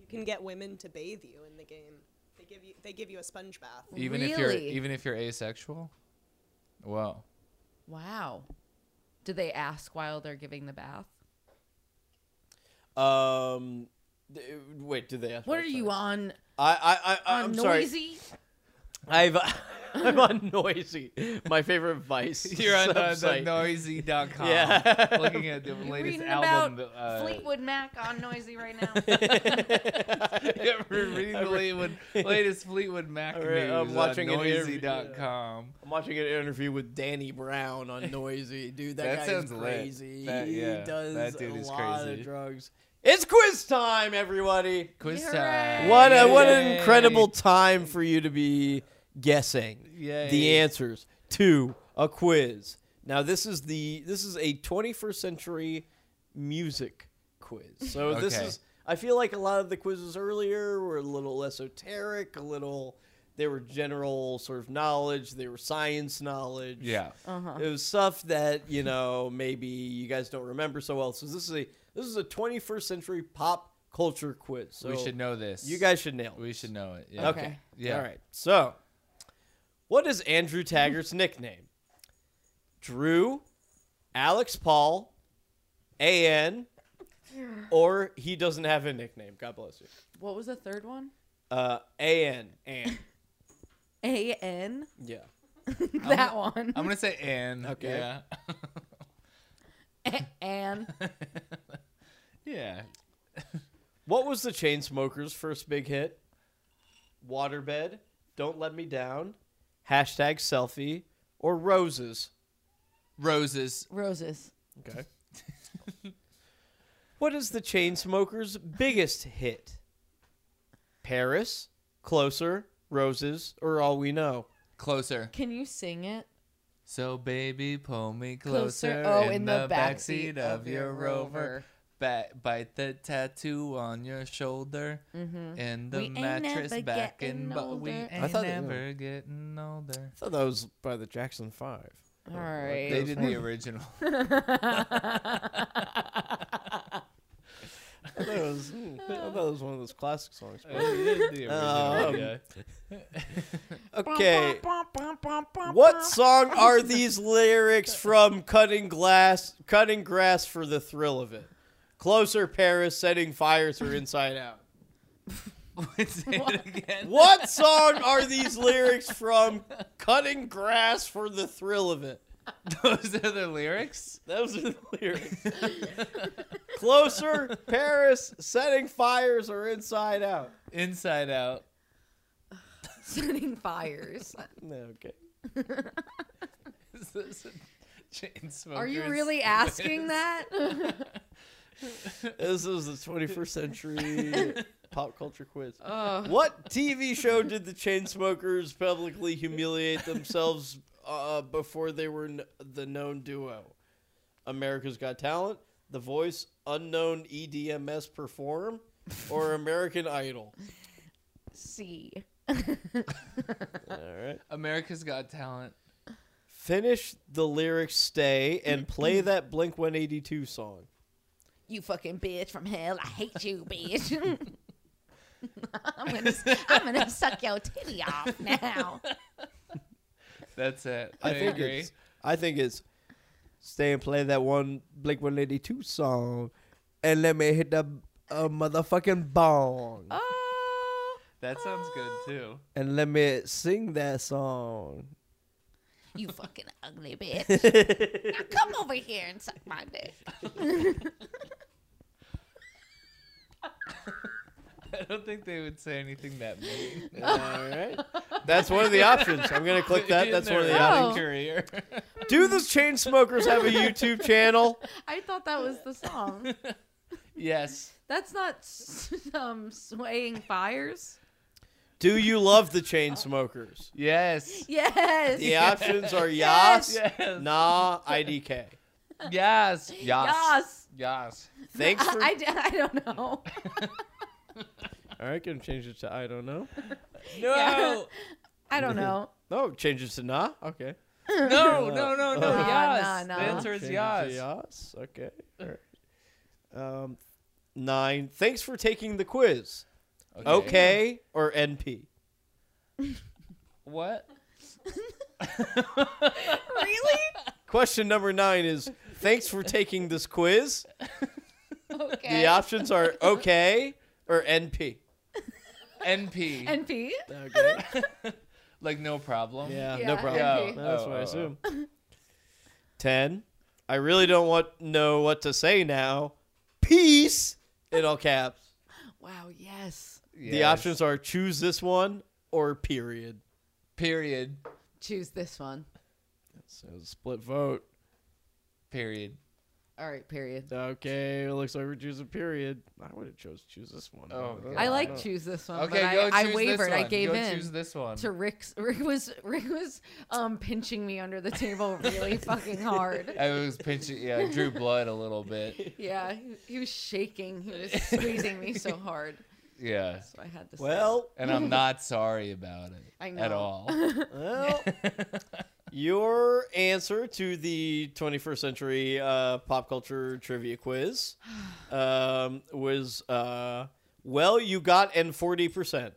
[SPEAKER 7] You can get women to bathe you in the game. They give you they give you a sponge bath.
[SPEAKER 1] even if you're
[SPEAKER 5] Really?
[SPEAKER 1] even if you're asexual. Well,
[SPEAKER 5] wow. Do they ask while they're giving the bath?
[SPEAKER 4] Um, th- wait, did they ask?
[SPEAKER 6] What are you
[SPEAKER 1] Uh,
[SPEAKER 6] on?
[SPEAKER 4] I I I
[SPEAKER 6] On
[SPEAKER 4] I'm sorry.
[SPEAKER 6] noisy?
[SPEAKER 4] I've I'm on noisy. My favorite vice.
[SPEAKER 1] you're on uh, the, the
[SPEAKER 4] site.
[SPEAKER 1] noisy.com
[SPEAKER 4] Yeah.
[SPEAKER 1] looking at the latest
[SPEAKER 6] reading
[SPEAKER 1] album.
[SPEAKER 6] about
[SPEAKER 1] that, uh,
[SPEAKER 6] Fleetwood Mac on noisy right now.
[SPEAKER 1] yeah, we're reading the Fleetwood, latest Fleetwood Mac
[SPEAKER 4] I
[SPEAKER 1] news uh,
[SPEAKER 4] re- I'm watching an
[SPEAKER 1] on
[SPEAKER 4] interview-
[SPEAKER 1] noisy.com.
[SPEAKER 4] I'm watching an interview with Danny Brown on Noisy. Dude, that,
[SPEAKER 1] That
[SPEAKER 4] guy
[SPEAKER 1] sounds
[SPEAKER 4] is
[SPEAKER 1] lit.
[SPEAKER 4] crazy.
[SPEAKER 1] That- yeah,
[SPEAKER 4] he does
[SPEAKER 1] that dude
[SPEAKER 4] a
[SPEAKER 1] is
[SPEAKER 4] lot
[SPEAKER 1] crazy.
[SPEAKER 4] of drugs. It's quiz time, everybody.
[SPEAKER 1] Quiz
[SPEAKER 6] Hooray!
[SPEAKER 1] time.
[SPEAKER 4] What a, what an
[SPEAKER 1] Yay.
[SPEAKER 4] incredible time for you to be guessing the
[SPEAKER 1] Yay.
[SPEAKER 4] answers to a quiz. Now this is the this is a 21st century music quiz. So this
[SPEAKER 1] Okay.
[SPEAKER 4] is I feel like a lot of the quizzes earlier were a little esoteric, a little they were general sort of knowledge, they were science knowledge.
[SPEAKER 1] Yeah.
[SPEAKER 4] It was stuff that, you know, maybe you guys don't remember so well. So this is a this is a 21st century pop culture quiz. So
[SPEAKER 1] we should know this.
[SPEAKER 4] you guys should nail.
[SPEAKER 1] We
[SPEAKER 4] this.
[SPEAKER 1] should know it. Yeah.
[SPEAKER 4] Okay.
[SPEAKER 1] Yeah.
[SPEAKER 4] All right. So, what is Andrew Taggart's nickname? Drew, Alex Paul, AN, or he doesn't have a nickname. God bless you.
[SPEAKER 5] What was the third one?
[SPEAKER 4] Uh, AN, AN.
[SPEAKER 5] A N.
[SPEAKER 4] Yeah.
[SPEAKER 5] That one.
[SPEAKER 1] I'm going to say Ann.
[SPEAKER 4] Okay.
[SPEAKER 1] Yeah.
[SPEAKER 5] Anne.
[SPEAKER 1] yeah.
[SPEAKER 4] What was the Chainsmokers' first big hit? Waterbed, Don't Let Me Down, hashtag selfie, or roses.
[SPEAKER 1] Roses.
[SPEAKER 5] Roses.
[SPEAKER 4] Okay. what is the Chainsmokers' biggest hit? Paris, Closer, Roses, or All We Know?
[SPEAKER 1] Closer.
[SPEAKER 5] Can you sing it?
[SPEAKER 1] So, baby, pull me closer,
[SPEAKER 5] Closer. Oh,
[SPEAKER 1] in,
[SPEAKER 5] in
[SPEAKER 1] the,
[SPEAKER 5] the
[SPEAKER 1] backseat
[SPEAKER 5] backseat
[SPEAKER 1] of
[SPEAKER 5] of
[SPEAKER 1] your
[SPEAKER 5] your
[SPEAKER 1] rover.
[SPEAKER 5] Rover.
[SPEAKER 1] Ba- bite the tattoo on your shoulder and the
[SPEAKER 6] We ain't
[SPEAKER 1] mattress
[SPEAKER 6] never
[SPEAKER 1] back in,
[SPEAKER 6] getting
[SPEAKER 1] but we
[SPEAKER 6] older.
[SPEAKER 1] ain't
[SPEAKER 6] I
[SPEAKER 4] thought they-
[SPEAKER 1] never getting older.
[SPEAKER 4] I thought that was by the Jackson Five.
[SPEAKER 5] All right.
[SPEAKER 1] They did the original.
[SPEAKER 4] I thought, it was, hmm, I thought it was one of those classic songs. Um,
[SPEAKER 1] yeah.
[SPEAKER 4] Okay. What song are these lyrics from Cutting Glass Cutting Grass for the Thrill of It? Closer Paris Setting Fires or Inside Out.
[SPEAKER 1] Say it again.
[SPEAKER 4] What song are these lyrics from Cutting Grass for the Thrill of It?
[SPEAKER 1] Those are the lyrics.
[SPEAKER 4] Those are the lyrics. Closer Paris Setting Fires or Inside Out.
[SPEAKER 1] Inside Out.
[SPEAKER 5] Setting fires.
[SPEAKER 4] Okay.
[SPEAKER 1] Is this a chain
[SPEAKER 5] Are you
[SPEAKER 1] smoker's
[SPEAKER 5] really asking
[SPEAKER 1] quiz?
[SPEAKER 5] that?
[SPEAKER 4] This is the 21st century pop culture quiz.
[SPEAKER 5] Ugh.
[SPEAKER 4] What TV show did the Chainsmokers publicly humiliate themselves uh, before they were n- the known duo? America's Got Talent, The Voice, Unknown E EDMS Perform, or American Idol?
[SPEAKER 5] C.
[SPEAKER 4] All right.
[SPEAKER 1] America's Got Talent.
[SPEAKER 4] Finish the lyrics, stay, and play that Blink 182 song.
[SPEAKER 3] You fucking bitch from hell. I hate you, bitch. I'm gonna, I'm gonna suck your titty off now.
[SPEAKER 1] That's it. I,
[SPEAKER 4] I think
[SPEAKER 1] agree.
[SPEAKER 4] it's. I think it's. Stay and play that one Blink One Lady Two song, and let me hit the uh, motherfucking bong,
[SPEAKER 5] Uh,
[SPEAKER 1] That sounds good too.
[SPEAKER 4] and let me sing that song.
[SPEAKER 3] You fucking ugly bitch. now come over here and suck my dick.
[SPEAKER 1] I don't think they would say anything that mean.
[SPEAKER 4] All right, that's one of the options. I'm gonna click that. That's one of the options.
[SPEAKER 5] options.
[SPEAKER 1] Career.
[SPEAKER 4] Do the chain smokers have a YouTube channel?
[SPEAKER 5] I thought that was the song.
[SPEAKER 1] yes.
[SPEAKER 5] That's not s- um, swaying fires.
[SPEAKER 4] Do you love the chain smokers?
[SPEAKER 1] Yes.
[SPEAKER 5] Yes.
[SPEAKER 4] The options are yas,
[SPEAKER 1] Yes.
[SPEAKER 4] nah, IDK.
[SPEAKER 1] Yes. Yes.
[SPEAKER 5] Yes.
[SPEAKER 1] Yes.
[SPEAKER 4] Thanks for.
[SPEAKER 5] I, I, I don't know.
[SPEAKER 4] All right, gonna change it to I don't know.
[SPEAKER 1] No.
[SPEAKER 5] I don't know.
[SPEAKER 4] No, change it to nah. Okay.
[SPEAKER 1] No. No. No. No.
[SPEAKER 4] Nah,
[SPEAKER 1] yes.
[SPEAKER 5] nah,
[SPEAKER 1] The
[SPEAKER 5] nah.
[SPEAKER 1] answer is
[SPEAKER 4] Change it to
[SPEAKER 1] yes.
[SPEAKER 4] Yas. Okay. All right. Um, nine. Thanks for taking the quiz. Okay, or NP.
[SPEAKER 1] What?
[SPEAKER 5] Really?
[SPEAKER 4] Question number nine is thanks for taking this quiz.
[SPEAKER 3] Okay.
[SPEAKER 4] The options are okay or NP.
[SPEAKER 1] NP.
[SPEAKER 5] NP?
[SPEAKER 4] Okay.
[SPEAKER 1] like no problem.
[SPEAKER 4] Yeah,
[SPEAKER 5] Yeah,
[SPEAKER 4] no problem.
[SPEAKER 1] NP.
[SPEAKER 4] No, That's
[SPEAKER 1] Oh,
[SPEAKER 4] what I
[SPEAKER 1] oh,
[SPEAKER 4] assume. Ten. I really don't want know what to say now. Peace in all caps.
[SPEAKER 5] Wow, yes.
[SPEAKER 1] Yes.
[SPEAKER 4] The options are choose this one or period.
[SPEAKER 1] Period.
[SPEAKER 5] Choose this one.
[SPEAKER 4] So split vote.
[SPEAKER 1] Period.
[SPEAKER 5] All right, period.
[SPEAKER 4] Okay, it looks like we're choosing period. I would have chose choose this one.
[SPEAKER 1] Oh, God.
[SPEAKER 5] I
[SPEAKER 1] Yeah,
[SPEAKER 5] like
[SPEAKER 4] don't know.
[SPEAKER 5] choose this one.
[SPEAKER 1] Okay.
[SPEAKER 5] Um, but
[SPEAKER 1] go
[SPEAKER 5] I,
[SPEAKER 1] choose
[SPEAKER 5] I wavered.
[SPEAKER 1] This
[SPEAKER 5] I
[SPEAKER 1] one.
[SPEAKER 5] gave
[SPEAKER 1] go
[SPEAKER 5] in
[SPEAKER 1] Choose this one.
[SPEAKER 5] to Rick's. Rick was Rick was um pinching me under the table really fucking hard.
[SPEAKER 1] I was pinching. Yeah, I drew blood a little bit.
[SPEAKER 5] Yeah, he, he was shaking. He was squeezing me so hard.
[SPEAKER 1] Yeah.
[SPEAKER 5] So I had to. stop.
[SPEAKER 4] Well,
[SPEAKER 1] And I'm not sorry about it
[SPEAKER 5] I
[SPEAKER 1] at
[SPEAKER 5] know.
[SPEAKER 1] all.
[SPEAKER 4] well, your answer to the 21st century uh, pop culture trivia quiz um, was uh, well, you got and 40%.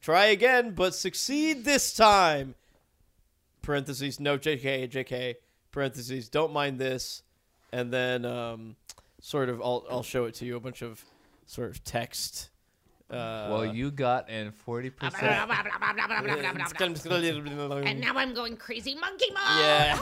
[SPEAKER 4] Try again, but succeed this time. Parentheses, no, JK, JK. Parentheses, don't mind this. And then um, sort of, I'll, I'll show it to you a bunch of sort of text. Uh,
[SPEAKER 1] well, you got in 40%.
[SPEAKER 3] and now I'm going crazy monkey mode.
[SPEAKER 4] Yeah.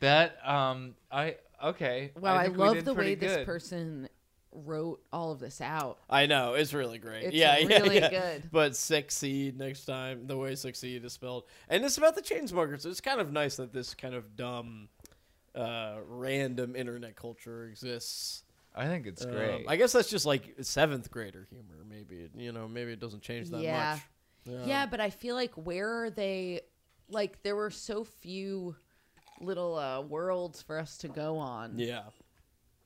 [SPEAKER 1] That, um, I, okay.
[SPEAKER 5] Well, I,
[SPEAKER 1] think we
[SPEAKER 5] love
[SPEAKER 1] did
[SPEAKER 5] the way
[SPEAKER 1] pretty
[SPEAKER 5] this
[SPEAKER 1] good.
[SPEAKER 5] person wrote all of this out.
[SPEAKER 4] I know it's really great.
[SPEAKER 5] It's
[SPEAKER 4] yeah, yeah,
[SPEAKER 5] really
[SPEAKER 4] yeah.
[SPEAKER 5] good.
[SPEAKER 4] But succeed next time. The way succeed is spelled, and it's about the Chainsmokers. It's kind of nice that this kind of dumb, uh, random internet culture exists.
[SPEAKER 1] I think it's
[SPEAKER 4] Um,
[SPEAKER 1] great.
[SPEAKER 4] I guess that's just like seventh grader humor. Maybe you know, maybe it doesn't change that
[SPEAKER 5] Yeah.
[SPEAKER 4] much.
[SPEAKER 5] yeah, but I feel like where are they? Like there were so few little uh, worlds for us to go on.
[SPEAKER 4] Yeah,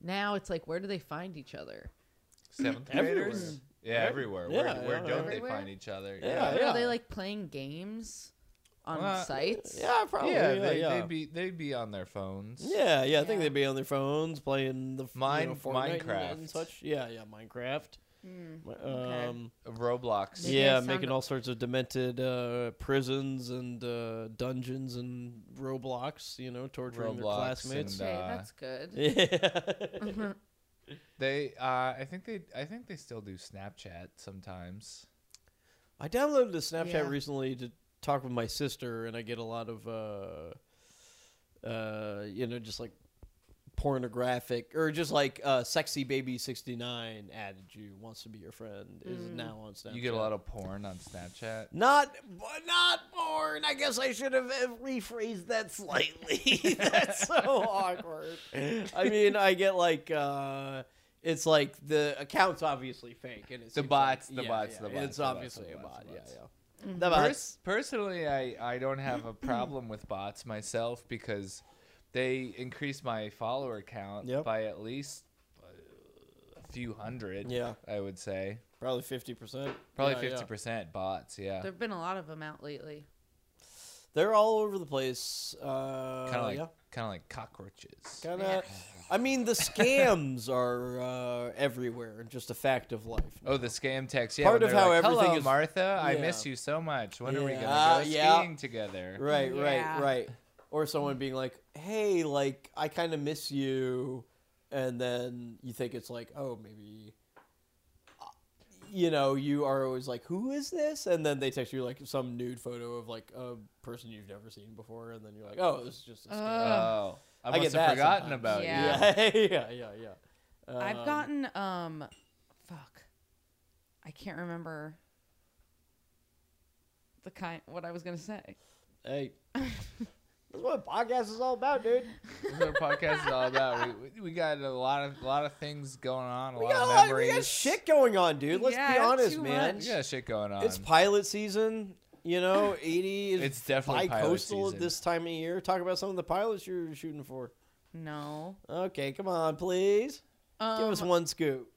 [SPEAKER 5] Now it's like where do they find each other?
[SPEAKER 1] Seventh
[SPEAKER 4] everywhere.
[SPEAKER 1] graders? Yeah, everywhere. Where,
[SPEAKER 4] Yeah,
[SPEAKER 1] where
[SPEAKER 4] yeah,
[SPEAKER 1] don't
[SPEAKER 5] everywhere.
[SPEAKER 1] they find each other?
[SPEAKER 4] Yeah.
[SPEAKER 5] Or Are they like playing games on
[SPEAKER 1] Uh,
[SPEAKER 5] sites?
[SPEAKER 4] yeah, probably.
[SPEAKER 1] Yeah,
[SPEAKER 4] Yeah, yeah,
[SPEAKER 1] they,
[SPEAKER 4] yeah.
[SPEAKER 1] They'd, be, they'd be on their phones.
[SPEAKER 4] yeah, I think
[SPEAKER 5] Yeah.
[SPEAKER 4] they'd be on their phones playing the f- you
[SPEAKER 1] Mine-
[SPEAKER 4] know, Fortnite and-
[SPEAKER 1] Minecraft.
[SPEAKER 4] and such. Yeah, yeah, Minecraft. Mi-
[SPEAKER 5] Hmm, okay.
[SPEAKER 4] Um,
[SPEAKER 1] Roblox.
[SPEAKER 5] Maybe I
[SPEAKER 4] yeah,
[SPEAKER 5] sound-
[SPEAKER 4] making all sorts of demented uh, prisons and uh, dungeons and Roblox, you know, torturing their
[SPEAKER 1] Roblox
[SPEAKER 4] classmates.
[SPEAKER 1] and,
[SPEAKER 5] Okay,
[SPEAKER 1] uh,
[SPEAKER 5] that's good. Mm-hmm.
[SPEAKER 4] yeah.
[SPEAKER 1] They, uh, I think they, I think they still do Snapchat sometimes.
[SPEAKER 4] I downloaded a Snapchat
[SPEAKER 5] Yeah.
[SPEAKER 4] recently to talk with my sister, and I get a lot of, uh, uh, you know, just like pornographic or just like uh, sexy baby 69 added you, wants to be your friend,
[SPEAKER 5] Mm.
[SPEAKER 4] is now on Snapchat.
[SPEAKER 1] You get a lot of porn on Snapchat.
[SPEAKER 4] Not, not born. I guess I should have uh, rephrased that slightly. That's so awkward. I mean, I get like, uh, it's like the account's obviously fake, and it's
[SPEAKER 1] The bots, the bots, the bots,
[SPEAKER 4] It's
[SPEAKER 1] the bots,
[SPEAKER 4] obviously
[SPEAKER 1] the
[SPEAKER 4] a
[SPEAKER 1] bots,
[SPEAKER 4] bot.
[SPEAKER 1] the
[SPEAKER 4] Yeah,
[SPEAKER 1] bots.
[SPEAKER 4] yeah. The bots.
[SPEAKER 1] Pers- personally, I, I don't have a problem with bots myself because they increase my follower count
[SPEAKER 4] Yep.
[SPEAKER 1] by at least uh, a few hundred.
[SPEAKER 4] Yeah.
[SPEAKER 1] I would say
[SPEAKER 4] Probably fifty percent.
[SPEAKER 1] probably fifty percent bots. Yeah,
[SPEAKER 5] There've been a lot of them out lately.
[SPEAKER 4] They're all over the place. Uh,
[SPEAKER 1] kind of like
[SPEAKER 4] yeah.
[SPEAKER 1] kind of like cockroaches.
[SPEAKER 4] Kind of. I mean, the scams are uh, everywhere, just a fact of life.
[SPEAKER 1] Oh, the scam text. Yeah,
[SPEAKER 4] Part
[SPEAKER 1] when
[SPEAKER 4] of
[SPEAKER 1] they're
[SPEAKER 4] how
[SPEAKER 1] like,
[SPEAKER 4] everything
[SPEAKER 1] Hello,
[SPEAKER 4] is-
[SPEAKER 1] Martha. I
[SPEAKER 4] Yeah.
[SPEAKER 1] miss you so much. When are we
[SPEAKER 4] Yeah.
[SPEAKER 1] gonna
[SPEAKER 4] Ah,
[SPEAKER 1] go
[SPEAKER 4] yeah.
[SPEAKER 1] skiing together?
[SPEAKER 4] Right,
[SPEAKER 6] Yeah.
[SPEAKER 4] right, right. Or someone being like, "Hey, like I kind of miss you," and then you think it's like, "Oh, maybe." uh, You know, you are always like, "Who is this?" And then they text you like some nude photo of like a person you've never seen before, and then you're like, "Oh, this is just a scam."
[SPEAKER 1] Oh, I,
[SPEAKER 4] I
[SPEAKER 1] must
[SPEAKER 4] get
[SPEAKER 1] have
[SPEAKER 4] that
[SPEAKER 1] forgotten
[SPEAKER 4] sometimes.
[SPEAKER 1] about you.
[SPEAKER 5] Yeah.
[SPEAKER 4] yeah, yeah, yeah, yeah.
[SPEAKER 5] I've
[SPEAKER 4] Um,
[SPEAKER 5] gotten um fuck. I can't remember the kind what I was going to say.
[SPEAKER 4] Hey, that's what a podcast is all about, dude.
[SPEAKER 1] That's what our podcast is all about. We, we, we got a lot of lot of things going on. A
[SPEAKER 4] We
[SPEAKER 1] lot
[SPEAKER 4] got a
[SPEAKER 1] of
[SPEAKER 4] lot.
[SPEAKER 1] memories.
[SPEAKER 4] We got shit going on, dude. Let's be
[SPEAKER 5] Yeah,
[SPEAKER 4] honest,
[SPEAKER 5] too
[SPEAKER 4] man.
[SPEAKER 1] We got shit going on.
[SPEAKER 4] It's pilot season. You know, eighty is
[SPEAKER 1] Um, It's definitely pilot
[SPEAKER 4] bi-coastal
[SPEAKER 1] season.
[SPEAKER 4] at this time of year. Talk about some of the pilots you're shooting for.
[SPEAKER 5] No.
[SPEAKER 4] Okay, come on, please
[SPEAKER 5] Um,
[SPEAKER 4] give us one scoop.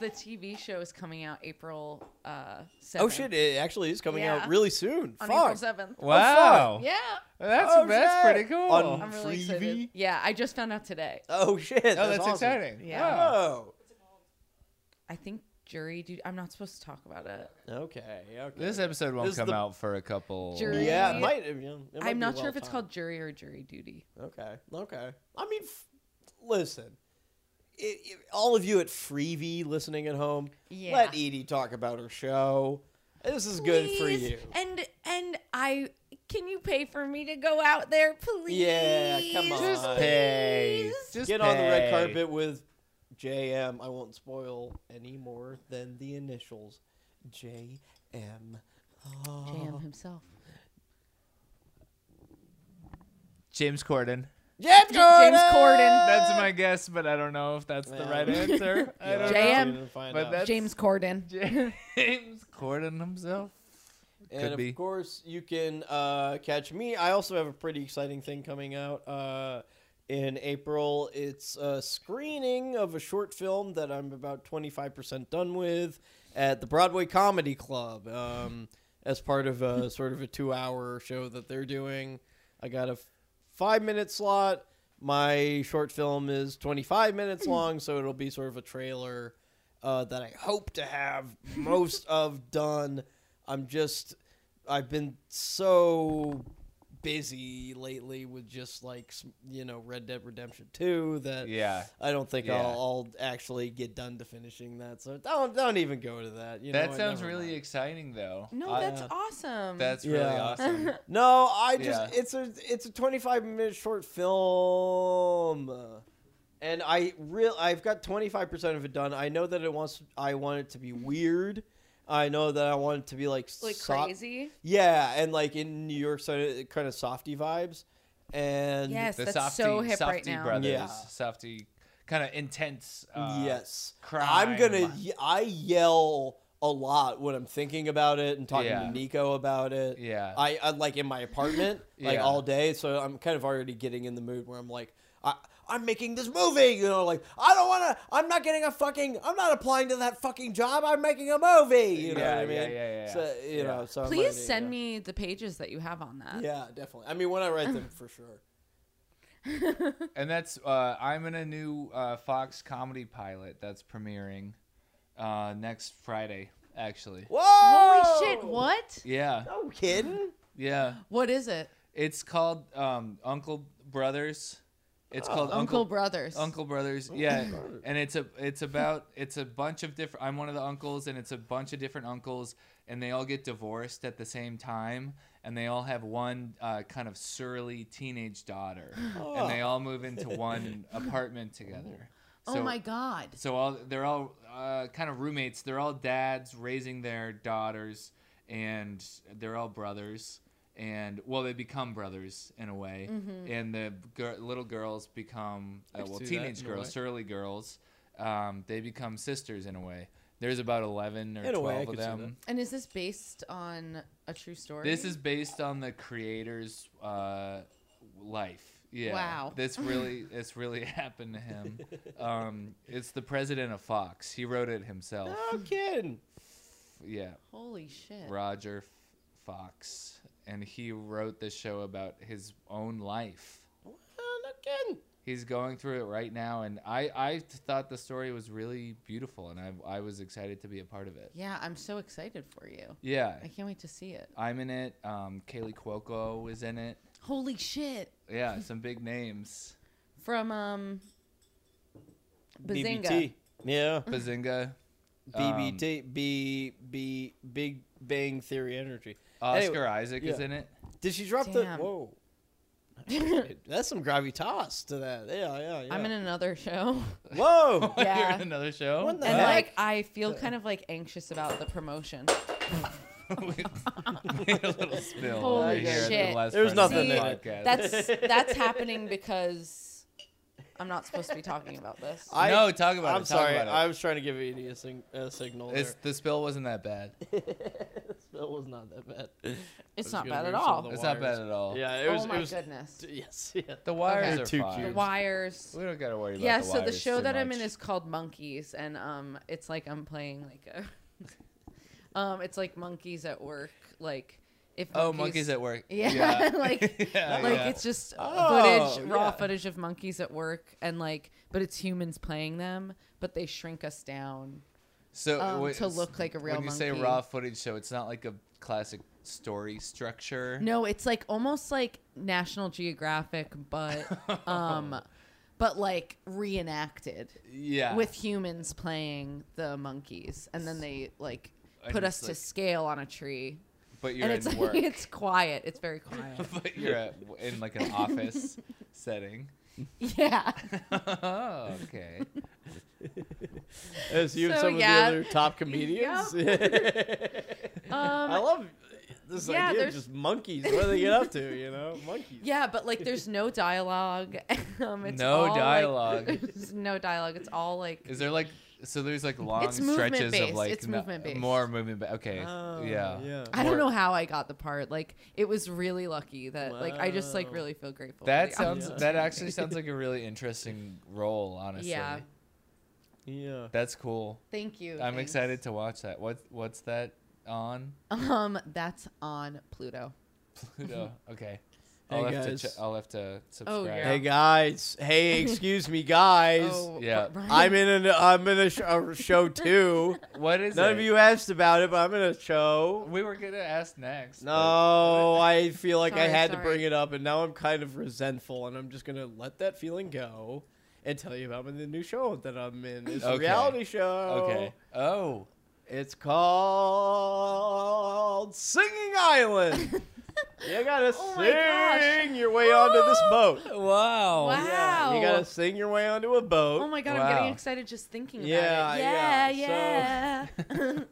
[SPEAKER 5] The TV show is coming out April uh 7th.
[SPEAKER 4] Oh shit! It actually is coming
[SPEAKER 5] Yeah.
[SPEAKER 4] out really soon.
[SPEAKER 5] On
[SPEAKER 4] Fuck.
[SPEAKER 5] April 7th.
[SPEAKER 1] wow.
[SPEAKER 5] Yeah.
[SPEAKER 1] That's
[SPEAKER 4] Oh,
[SPEAKER 1] that's
[SPEAKER 4] shit.
[SPEAKER 1] pretty cool.
[SPEAKER 4] On-
[SPEAKER 5] I'm really
[SPEAKER 4] Freebie?
[SPEAKER 5] excited. Yeah, I just found out today.
[SPEAKER 4] Oh shit! That's
[SPEAKER 1] oh, that's
[SPEAKER 4] awesome.
[SPEAKER 1] exciting.
[SPEAKER 5] Yeah.
[SPEAKER 1] Wow.
[SPEAKER 4] Oh.
[SPEAKER 5] I think jury duty I'm not supposed to talk about it.
[SPEAKER 4] Okay. Okay.
[SPEAKER 1] This episode won't
[SPEAKER 4] This is
[SPEAKER 1] come
[SPEAKER 4] the-
[SPEAKER 1] out for a couple.
[SPEAKER 5] Jury-
[SPEAKER 4] yeah,
[SPEAKER 5] Right.
[SPEAKER 4] it might. It, might
[SPEAKER 5] I'm
[SPEAKER 4] be
[SPEAKER 5] not
[SPEAKER 4] well
[SPEAKER 5] sure if it's
[SPEAKER 4] timed.
[SPEAKER 5] called jury or jury duty.
[SPEAKER 4] Okay. Okay. I mean, f- listen, i i all of you at Freebie listening at home,
[SPEAKER 5] Yeah.
[SPEAKER 4] let Edie talk about her show. This is good for
[SPEAKER 3] Please,
[SPEAKER 4] you.
[SPEAKER 3] And and I can you pay for me to go out there, please?
[SPEAKER 4] Yeah, come on.
[SPEAKER 1] Just pay.
[SPEAKER 3] Please.
[SPEAKER 1] Just
[SPEAKER 4] Get on the
[SPEAKER 1] pay.
[SPEAKER 4] red carpet with JM. I won't spoil any more than the initials. JM. Oh.
[SPEAKER 5] Jam himself.
[SPEAKER 1] James Corden.
[SPEAKER 4] James Corden.
[SPEAKER 5] James Corden.
[SPEAKER 1] That's my guess, but I don't know if that's the
[SPEAKER 4] Yeah.
[SPEAKER 1] right answer. I
[SPEAKER 4] Yeah,
[SPEAKER 1] don't
[SPEAKER 4] let's
[SPEAKER 1] know.
[SPEAKER 5] JM.
[SPEAKER 4] see and find
[SPEAKER 1] But
[SPEAKER 4] out.
[SPEAKER 1] that's-
[SPEAKER 5] James Corden.
[SPEAKER 1] James Corden himself. Could
[SPEAKER 4] And of
[SPEAKER 1] be.
[SPEAKER 4] course, you can uh, catch me. I also have a pretty exciting thing coming out uh, in April. It's a screening of a short film that I'm about 25% done with at the Broadway Comedy Club um, as part of a sort of a two hour show that they're doing. I got a f- five minute slot. My short film is 25
[SPEAKER 1] Hmm.
[SPEAKER 4] minutes long, so it'll be sort of a trailer uh, that I hope to have most of done. I'm just, I've been so busy lately with just like, s- you know, Red Dead Redemption 2 that
[SPEAKER 1] Yeah.
[SPEAKER 4] I don't think
[SPEAKER 1] Yeah.
[SPEAKER 4] I'll, I'll actually get done to finishing that. So don't, don't even go to that. You know,
[SPEAKER 1] That
[SPEAKER 4] I
[SPEAKER 1] sounds
[SPEAKER 4] never
[SPEAKER 1] really
[SPEAKER 4] mind.
[SPEAKER 1] exciting, though.
[SPEAKER 5] No,
[SPEAKER 1] I-
[SPEAKER 5] that's
[SPEAKER 4] yeah.
[SPEAKER 5] awesome.
[SPEAKER 1] that's really
[SPEAKER 4] Yeah.
[SPEAKER 1] awesome.
[SPEAKER 4] No, I just
[SPEAKER 1] e Yeah.
[SPEAKER 4] it's a it's a 25 minute short film. And I real I've got 25% of it done. I know that it wants I want it to be weird. I know that I want it to be like
[SPEAKER 5] like
[SPEAKER 4] so-
[SPEAKER 5] crazy.
[SPEAKER 4] Yeah, and like in New York so kind of softy vibes. And
[SPEAKER 5] Yes,
[SPEAKER 1] The
[SPEAKER 5] that's
[SPEAKER 1] Softy,
[SPEAKER 5] so hip
[SPEAKER 1] Softy
[SPEAKER 5] right now.
[SPEAKER 1] Brothers.
[SPEAKER 4] Yeah.
[SPEAKER 1] Softy, kind of intense. Uh,
[SPEAKER 4] yes.
[SPEAKER 1] crime.
[SPEAKER 4] I'm gonna. ye- I yell a lot when I'm thinking about it and talking
[SPEAKER 1] Yeah.
[SPEAKER 4] to Nico about it.
[SPEAKER 1] Yeah.
[SPEAKER 4] I, I like in my apartment like
[SPEAKER 1] Yeah.
[SPEAKER 4] all day, so I'm kind of already getting in the mood where I'm like, I, I'm making this movie. You know, like I don't wanna. I'm not getting a fucking. I'm not applying to that fucking job. I'm making a movie. You know
[SPEAKER 1] Yeah,
[SPEAKER 4] what I mean?
[SPEAKER 1] yeah, yeah, yeah, yeah.
[SPEAKER 4] So you
[SPEAKER 1] Yeah.
[SPEAKER 4] know. So I'm
[SPEAKER 5] Please
[SPEAKER 4] already,
[SPEAKER 5] send
[SPEAKER 4] yeah.
[SPEAKER 5] me the pages that you have on that.
[SPEAKER 4] Yeah, definitely. I mean, when I write them, for sure.
[SPEAKER 1] And that's uh, I'm in a new uh, Fox comedy pilot that's premiering uh, next Friday, actually.
[SPEAKER 4] Whoa!
[SPEAKER 5] Holy shit! What?
[SPEAKER 1] Yeah,
[SPEAKER 4] No kidding.
[SPEAKER 1] yeah.
[SPEAKER 5] What is it?
[SPEAKER 1] It's called um, Uncle Brothers. It's called
[SPEAKER 5] Uncle, Brothers.
[SPEAKER 1] Uncle Brothers, yeah, and it's a it's about it's a bunch of different. I'm one of the uncles, and it's a bunch of different uncles, and they all get divorced at the same time, and they all have one uh, kind of surly teenage daughter, and they all move into one apartment together.
[SPEAKER 5] oh
[SPEAKER 1] So-
[SPEAKER 5] my god.
[SPEAKER 1] So all they're all uh, kind of roommates. They're all dads raising their daughters, and they're all brothers. And well, they become brothers in a way. And the gir- little girls become uh,
[SPEAKER 4] could
[SPEAKER 1] well,
[SPEAKER 4] see that
[SPEAKER 1] teenage
[SPEAKER 4] in a
[SPEAKER 1] girls,
[SPEAKER 4] way.
[SPEAKER 1] surly girls. Um, they become sisters in a way. There's about eleven or
[SPEAKER 4] In a way, I
[SPEAKER 1] twelve of
[SPEAKER 4] could see
[SPEAKER 1] them.
[SPEAKER 5] And is this based on a true story?
[SPEAKER 1] This is based on the creator's uh, life. Yeah.
[SPEAKER 5] Wow.
[SPEAKER 1] This really, this really happened to him. Um, it's the president of Fox. He wrote it himself.
[SPEAKER 4] No kidding.
[SPEAKER 1] Yeah,
[SPEAKER 5] holy shit.
[SPEAKER 1] Roger F- Fox, and he wrote this show about his own life.
[SPEAKER 4] not again.
[SPEAKER 1] He's going through it right now, and I I thought the story was really beautiful, and I I was excited to be a part of it.
[SPEAKER 5] Yeah, I'm so excited for you.
[SPEAKER 1] Yeah,
[SPEAKER 5] I can't wait to see it.
[SPEAKER 1] I'm in it. Um, Kaylee Cuoco is in it.
[SPEAKER 5] Holy shit!
[SPEAKER 1] Yeah, some big names.
[SPEAKER 5] From um, Bazinga.
[SPEAKER 4] BBT. Yeah.
[SPEAKER 1] Bazinga. Um,
[SPEAKER 4] BBT. B B Big Bang Theory energy.
[SPEAKER 1] Oscar
[SPEAKER 4] Anyway,
[SPEAKER 1] Isaac is
[SPEAKER 4] yeah.
[SPEAKER 1] in it.
[SPEAKER 4] Did she drop
[SPEAKER 5] Damn.
[SPEAKER 4] the? Whoa. That's some gravitas to that. Yeah, yeah, yeah.
[SPEAKER 5] I'm in another show,
[SPEAKER 4] Whoa.
[SPEAKER 1] You're
[SPEAKER 5] Yeah.
[SPEAKER 1] in another show.
[SPEAKER 4] What the
[SPEAKER 5] and
[SPEAKER 4] Huh?
[SPEAKER 5] like I feel kind of like anxious about the promotion.
[SPEAKER 1] We made a little spill
[SPEAKER 5] Holy
[SPEAKER 1] right here at the
[SPEAKER 5] shit.
[SPEAKER 1] Last
[SPEAKER 4] There's
[SPEAKER 1] Friends
[SPEAKER 4] nothing in it.
[SPEAKER 1] podcast.
[SPEAKER 5] That's that's happening because I'm not supposed to be talking about this.
[SPEAKER 4] I,
[SPEAKER 1] no, talk about it.
[SPEAKER 4] I'm
[SPEAKER 1] talk
[SPEAKER 4] sorry.
[SPEAKER 1] about it.
[SPEAKER 4] I was trying to give Edie a, sing, a signal.
[SPEAKER 1] It's, the spill wasn't that bad.
[SPEAKER 4] there. that was not that bad.
[SPEAKER 5] It's
[SPEAKER 4] was
[SPEAKER 5] not
[SPEAKER 4] gonna
[SPEAKER 5] bad at
[SPEAKER 4] move some of
[SPEAKER 5] all.
[SPEAKER 4] The
[SPEAKER 1] It's not
[SPEAKER 4] wires.
[SPEAKER 1] bad at all.
[SPEAKER 4] Yeah, it was.
[SPEAKER 5] oh my
[SPEAKER 4] it was
[SPEAKER 5] goodness.
[SPEAKER 4] Yes. Yeah.
[SPEAKER 1] The wires
[SPEAKER 4] Okay.
[SPEAKER 1] are
[SPEAKER 4] Too
[SPEAKER 1] fine.
[SPEAKER 4] cute.
[SPEAKER 5] Wires.
[SPEAKER 1] We don't gotta worry about
[SPEAKER 5] Yeah,
[SPEAKER 1] the
[SPEAKER 5] so the
[SPEAKER 1] wires
[SPEAKER 5] show
[SPEAKER 1] too
[SPEAKER 5] that I'm in
[SPEAKER 1] much.
[SPEAKER 5] is called Monkeys, and um, it's like I'm playing like a, um, it's like monkeys at work, like if
[SPEAKER 1] Oh, monkeys at work.
[SPEAKER 5] yeah, like
[SPEAKER 1] Yeah,
[SPEAKER 5] like
[SPEAKER 1] yeah.
[SPEAKER 5] it's just
[SPEAKER 4] Oh,
[SPEAKER 5] footage, raw
[SPEAKER 4] yeah.
[SPEAKER 5] footage of monkeys at work, and like, but it's humans playing them, but they shrink us down.
[SPEAKER 1] so
[SPEAKER 5] um,
[SPEAKER 1] wait,
[SPEAKER 5] to look like a real
[SPEAKER 1] When you say
[SPEAKER 5] monkey.
[SPEAKER 1] raw footage, so it's not like a classic story structure.
[SPEAKER 5] No, it's like almost like National Geographic, but um, but like reenacted.
[SPEAKER 1] Yeah.
[SPEAKER 5] with humans playing the monkeys, and then they like
[SPEAKER 1] And
[SPEAKER 5] put
[SPEAKER 1] it's
[SPEAKER 5] us
[SPEAKER 1] like-
[SPEAKER 5] to scale on a tree,
[SPEAKER 1] but you're
[SPEAKER 5] and it's
[SPEAKER 1] in
[SPEAKER 5] like
[SPEAKER 1] work.
[SPEAKER 5] it's quiet. It's very quiet.
[SPEAKER 1] but you're at, in like an office setting.
[SPEAKER 5] yeah,
[SPEAKER 1] oh, okay.
[SPEAKER 4] As you and
[SPEAKER 5] So,
[SPEAKER 4] some
[SPEAKER 5] yeah. Um,
[SPEAKER 4] of the other top comedians. I love this
[SPEAKER 5] yeah,
[SPEAKER 4] idea of
[SPEAKER 5] there's-
[SPEAKER 4] just monkeys. What do they get up to? You know, monkeys.
[SPEAKER 5] yeah, but like there's no dialogue. um, it's
[SPEAKER 1] No
[SPEAKER 5] all, like-
[SPEAKER 1] dialogue.
[SPEAKER 5] there's no dialogue. It's all like
[SPEAKER 1] Is there like so? There's like long
[SPEAKER 5] It's movement
[SPEAKER 1] stretches of
[SPEAKER 5] based.
[SPEAKER 1] like
[SPEAKER 5] It's
[SPEAKER 1] no-
[SPEAKER 5] movement based.
[SPEAKER 1] more movement. Ba- okay.
[SPEAKER 4] Oh,
[SPEAKER 1] yeah.
[SPEAKER 4] yeah.
[SPEAKER 5] I don't
[SPEAKER 1] More-
[SPEAKER 5] know how I got the part. Like it was really lucky that like I just like
[SPEAKER 4] Wow.
[SPEAKER 5] really feel grateful. for
[SPEAKER 1] That
[SPEAKER 5] the
[SPEAKER 1] sounds.
[SPEAKER 5] opportunity.
[SPEAKER 1] That actually sounds like a really interesting role. Honestly.
[SPEAKER 5] Yeah.
[SPEAKER 4] Yeah.
[SPEAKER 1] That's cool.
[SPEAKER 5] Thank you.
[SPEAKER 1] I'm
[SPEAKER 5] thanks.
[SPEAKER 1] excited to watch that. What What's that on?
[SPEAKER 5] Um, that's on Pluto.
[SPEAKER 1] Pluto. Okay.
[SPEAKER 4] Hey,
[SPEAKER 1] I'll have
[SPEAKER 4] guys.
[SPEAKER 1] to. Ch- I'll have to subscribe.
[SPEAKER 5] Oh, yeah.
[SPEAKER 4] Hey guys. Hey, excuse me, guys.
[SPEAKER 5] Oh,
[SPEAKER 1] yeah.
[SPEAKER 5] Brian-
[SPEAKER 4] I'm in a I'm in a, sh- a show too.
[SPEAKER 1] What is
[SPEAKER 4] None
[SPEAKER 1] it?
[SPEAKER 4] of you asked about it, but I'm in a show.
[SPEAKER 1] We were gonna ask next. but-
[SPEAKER 4] No, I feel like I
[SPEAKER 5] Sorry,
[SPEAKER 4] had
[SPEAKER 5] sorry.
[SPEAKER 4] to bring it up, and now I'm kind of resentful, and I'm just gonna let that feeling go, and tell you about the new show that I'm in. It's a
[SPEAKER 1] Okay.
[SPEAKER 4] reality show.
[SPEAKER 1] Okay. Oh.
[SPEAKER 4] It's called Singing Island. you gotta
[SPEAKER 5] Oh my gosh.
[SPEAKER 4] sing your way onto this boat.
[SPEAKER 1] Wow.
[SPEAKER 5] Wow.
[SPEAKER 4] Yeah, you gotta sing your way onto a boat.
[SPEAKER 5] Oh my god, I'm
[SPEAKER 1] Wow.
[SPEAKER 5] getting excited just thinking
[SPEAKER 4] Yeah,
[SPEAKER 5] about it. Yeah,
[SPEAKER 4] yeah,
[SPEAKER 5] yeah.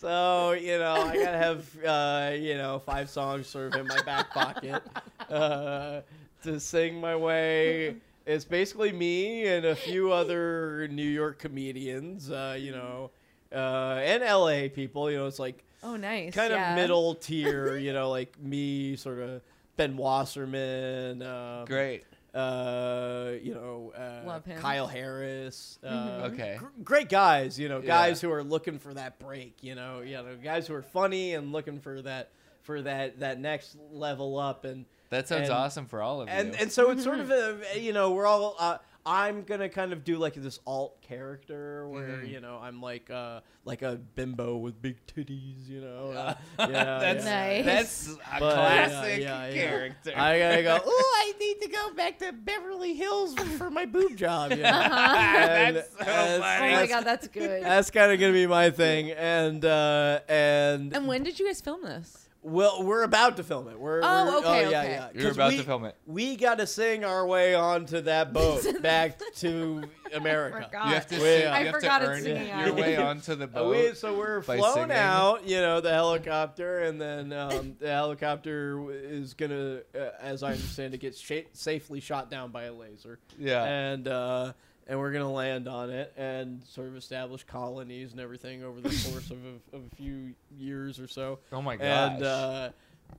[SPEAKER 4] So you know, I gotta have uh, you know five songs sort of in my back pocket uh, to sing my way. It's basically me and a few other New York comedians, uh, you know, uh, and LA people. You know, it's like
[SPEAKER 5] oh, nice.
[SPEAKER 4] kind
[SPEAKER 5] yeah.
[SPEAKER 4] of middle tier. You know, like me, sort of Ben Wasserman. Um,
[SPEAKER 1] Great.
[SPEAKER 4] uh, you know, uh,
[SPEAKER 5] Love him. Mm-hmm.
[SPEAKER 4] Kyle Harris. Uh,
[SPEAKER 1] Okay.
[SPEAKER 4] gr- great guys, you know,
[SPEAKER 1] Yeah.
[SPEAKER 4] guys who are looking for that break, you know, you know, guys who are funny and looking for that for that that next level up and
[SPEAKER 1] That sounds
[SPEAKER 4] And-
[SPEAKER 1] awesome for all of
[SPEAKER 4] and
[SPEAKER 1] you.
[SPEAKER 4] and so it's sort of a you know we're all uh, I'm gonna kind of do like this alt character where
[SPEAKER 1] Mhm.
[SPEAKER 4] you know I'm like uh like a bimbo with big titties you know uh, yeah,
[SPEAKER 1] that's
[SPEAKER 4] yeah.
[SPEAKER 5] Nice.
[SPEAKER 1] that's a
[SPEAKER 4] But, yeah,
[SPEAKER 1] classic
[SPEAKER 4] yeah, yeah.
[SPEAKER 1] character.
[SPEAKER 4] I gotta go. Ooh, I need to go back to Beverly Hills for my boob job. Yeah. And-
[SPEAKER 1] That's so
[SPEAKER 4] and-
[SPEAKER 5] Uh-huh. Oh
[SPEAKER 1] funny.
[SPEAKER 5] my
[SPEAKER 4] that's-
[SPEAKER 5] god, that's good.
[SPEAKER 4] That's kind of gonna be my thing, and uh, and
[SPEAKER 5] and when did you guys film this?
[SPEAKER 4] well, we're about to film it. We're
[SPEAKER 5] Oh,
[SPEAKER 4] we're-
[SPEAKER 5] okay,
[SPEAKER 4] oh, yeah,
[SPEAKER 5] okay.
[SPEAKER 4] yeah.
[SPEAKER 1] You're
[SPEAKER 4] 'Cause
[SPEAKER 1] about
[SPEAKER 4] we,
[SPEAKER 1] to film it.
[SPEAKER 4] We got to sing our way onto that boat back to America.
[SPEAKER 1] You have to. Oh,
[SPEAKER 4] I
[SPEAKER 1] sing- you
[SPEAKER 4] I
[SPEAKER 1] have to
[SPEAKER 5] forgot it's
[SPEAKER 1] earn
[SPEAKER 5] singing
[SPEAKER 1] your
[SPEAKER 5] out.
[SPEAKER 1] way onto the
[SPEAKER 4] Uh, we-
[SPEAKER 1] boat.
[SPEAKER 4] so we're
[SPEAKER 1] by
[SPEAKER 4] flown
[SPEAKER 1] singing.
[SPEAKER 4] out, you know, the helicopter, and then um, the helicopter w- is gonna, uh, as I understand it, get sh- safely shot down by a laser.
[SPEAKER 1] Yeah.
[SPEAKER 4] and uh, and we're gonna land on it and sort of establish colonies and everything over the course of a, of a few years or so.
[SPEAKER 1] Oh my gosh.
[SPEAKER 4] And uh,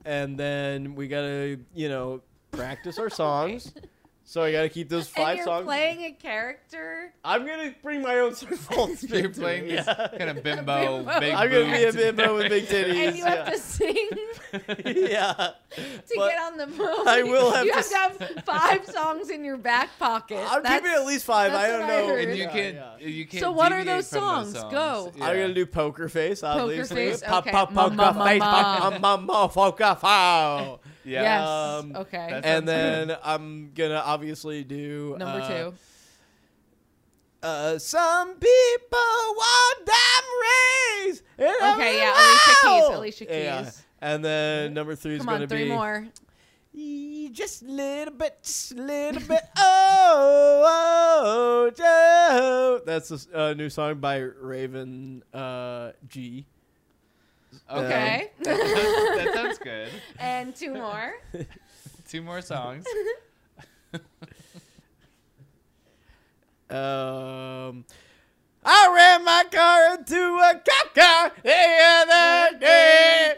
[SPEAKER 4] and then we gotta you know practice our songs. So I gotta keep those
[SPEAKER 6] and
[SPEAKER 4] five
[SPEAKER 6] you're
[SPEAKER 4] songs.
[SPEAKER 6] playing a character.
[SPEAKER 4] I'm gonna bring my own songs.
[SPEAKER 1] You're playing this kind of bimbo,
[SPEAKER 6] Bimbo.
[SPEAKER 1] big
[SPEAKER 4] I'm gonna be a
[SPEAKER 1] boobs.
[SPEAKER 4] bimbo with big
[SPEAKER 6] And
[SPEAKER 4] titties.
[SPEAKER 6] you have
[SPEAKER 4] Yeah.
[SPEAKER 6] to sing
[SPEAKER 4] yeah.
[SPEAKER 6] to
[SPEAKER 4] But
[SPEAKER 6] get on the movie.
[SPEAKER 4] I will have
[SPEAKER 6] you
[SPEAKER 4] to
[SPEAKER 6] have to have five songs in your back pocket.
[SPEAKER 4] I'm
[SPEAKER 6] That's-
[SPEAKER 4] keeping at least five. I
[SPEAKER 6] that's
[SPEAKER 4] don't
[SPEAKER 6] what I
[SPEAKER 4] know.
[SPEAKER 6] heard.
[SPEAKER 1] And you
[SPEAKER 4] Yeah,
[SPEAKER 1] can't,
[SPEAKER 4] yeah.
[SPEAKER 1] you can't.
[SPEAKER 5] So what are
[SPEAKER 1] deviate
[SPEAKER 5] those
[SPEAKER 1] from those
[SPEAKER 5] songs?
[SPEAKER 1] songs?
[SPEAKER 5] Go.
[SPEAKER 1] Yeah.
[SPEAKER 4] I'm gonna do poker face, obviously.
[SPEAKER 5] Face,
[SPEAKER 4] Pop,
[SPEAKER 5] okay.
[SPEAKER 4] pop,
[SPEAKER 5] Ma,
[SPEAKER 4] poker
[SPEAKER 5] ma, ma,
[SPEAKER 4] face,
[SPEAKER 5] ma.
[SPEAKER 4] pop, ma, ma, poker foul.
[SPEAKER 1] Yeah.
[SPEAKER 5] Yes.
[SPEAKER 4] Um,
[SPEAKER 5] okay.
[SPEAKER 1] that's-
[SPEAKER 4] And then I'm gonna obviously do
[SPEAKER 5] Number
[SPEAKER 4] uh,
[SPEAKER 5] two.
[SPEAKER 4] Uh, some people want them raised.
[SPEAKER 5] Okay, yeah, Alicia Keys, Alicia
[SPEAKER 4] Yeah.
[SPEAKER 5] Keys. Mm-hmm.
[SPEAKER 4] And then number three is
[SPEAKER 5] Come
[SPEAKER 4] gonna
[SPEAKER 5] on, three
[SPEAKER 4] be um,
[SPEAKER 5] more.
[SPEAKER 4] "E- just a little bit, just a little bit. Oh, oh, oh. That's a s- uh, new song by Raven uh, G. um,
[SPEAKER 1] Okay. that, sounds, that sounds good.
[SPEAKER 6] and two more.
[SPEAKER 1] Two more songs.
[SPEAKER 4] Um, I ran my car into a cop car the other day.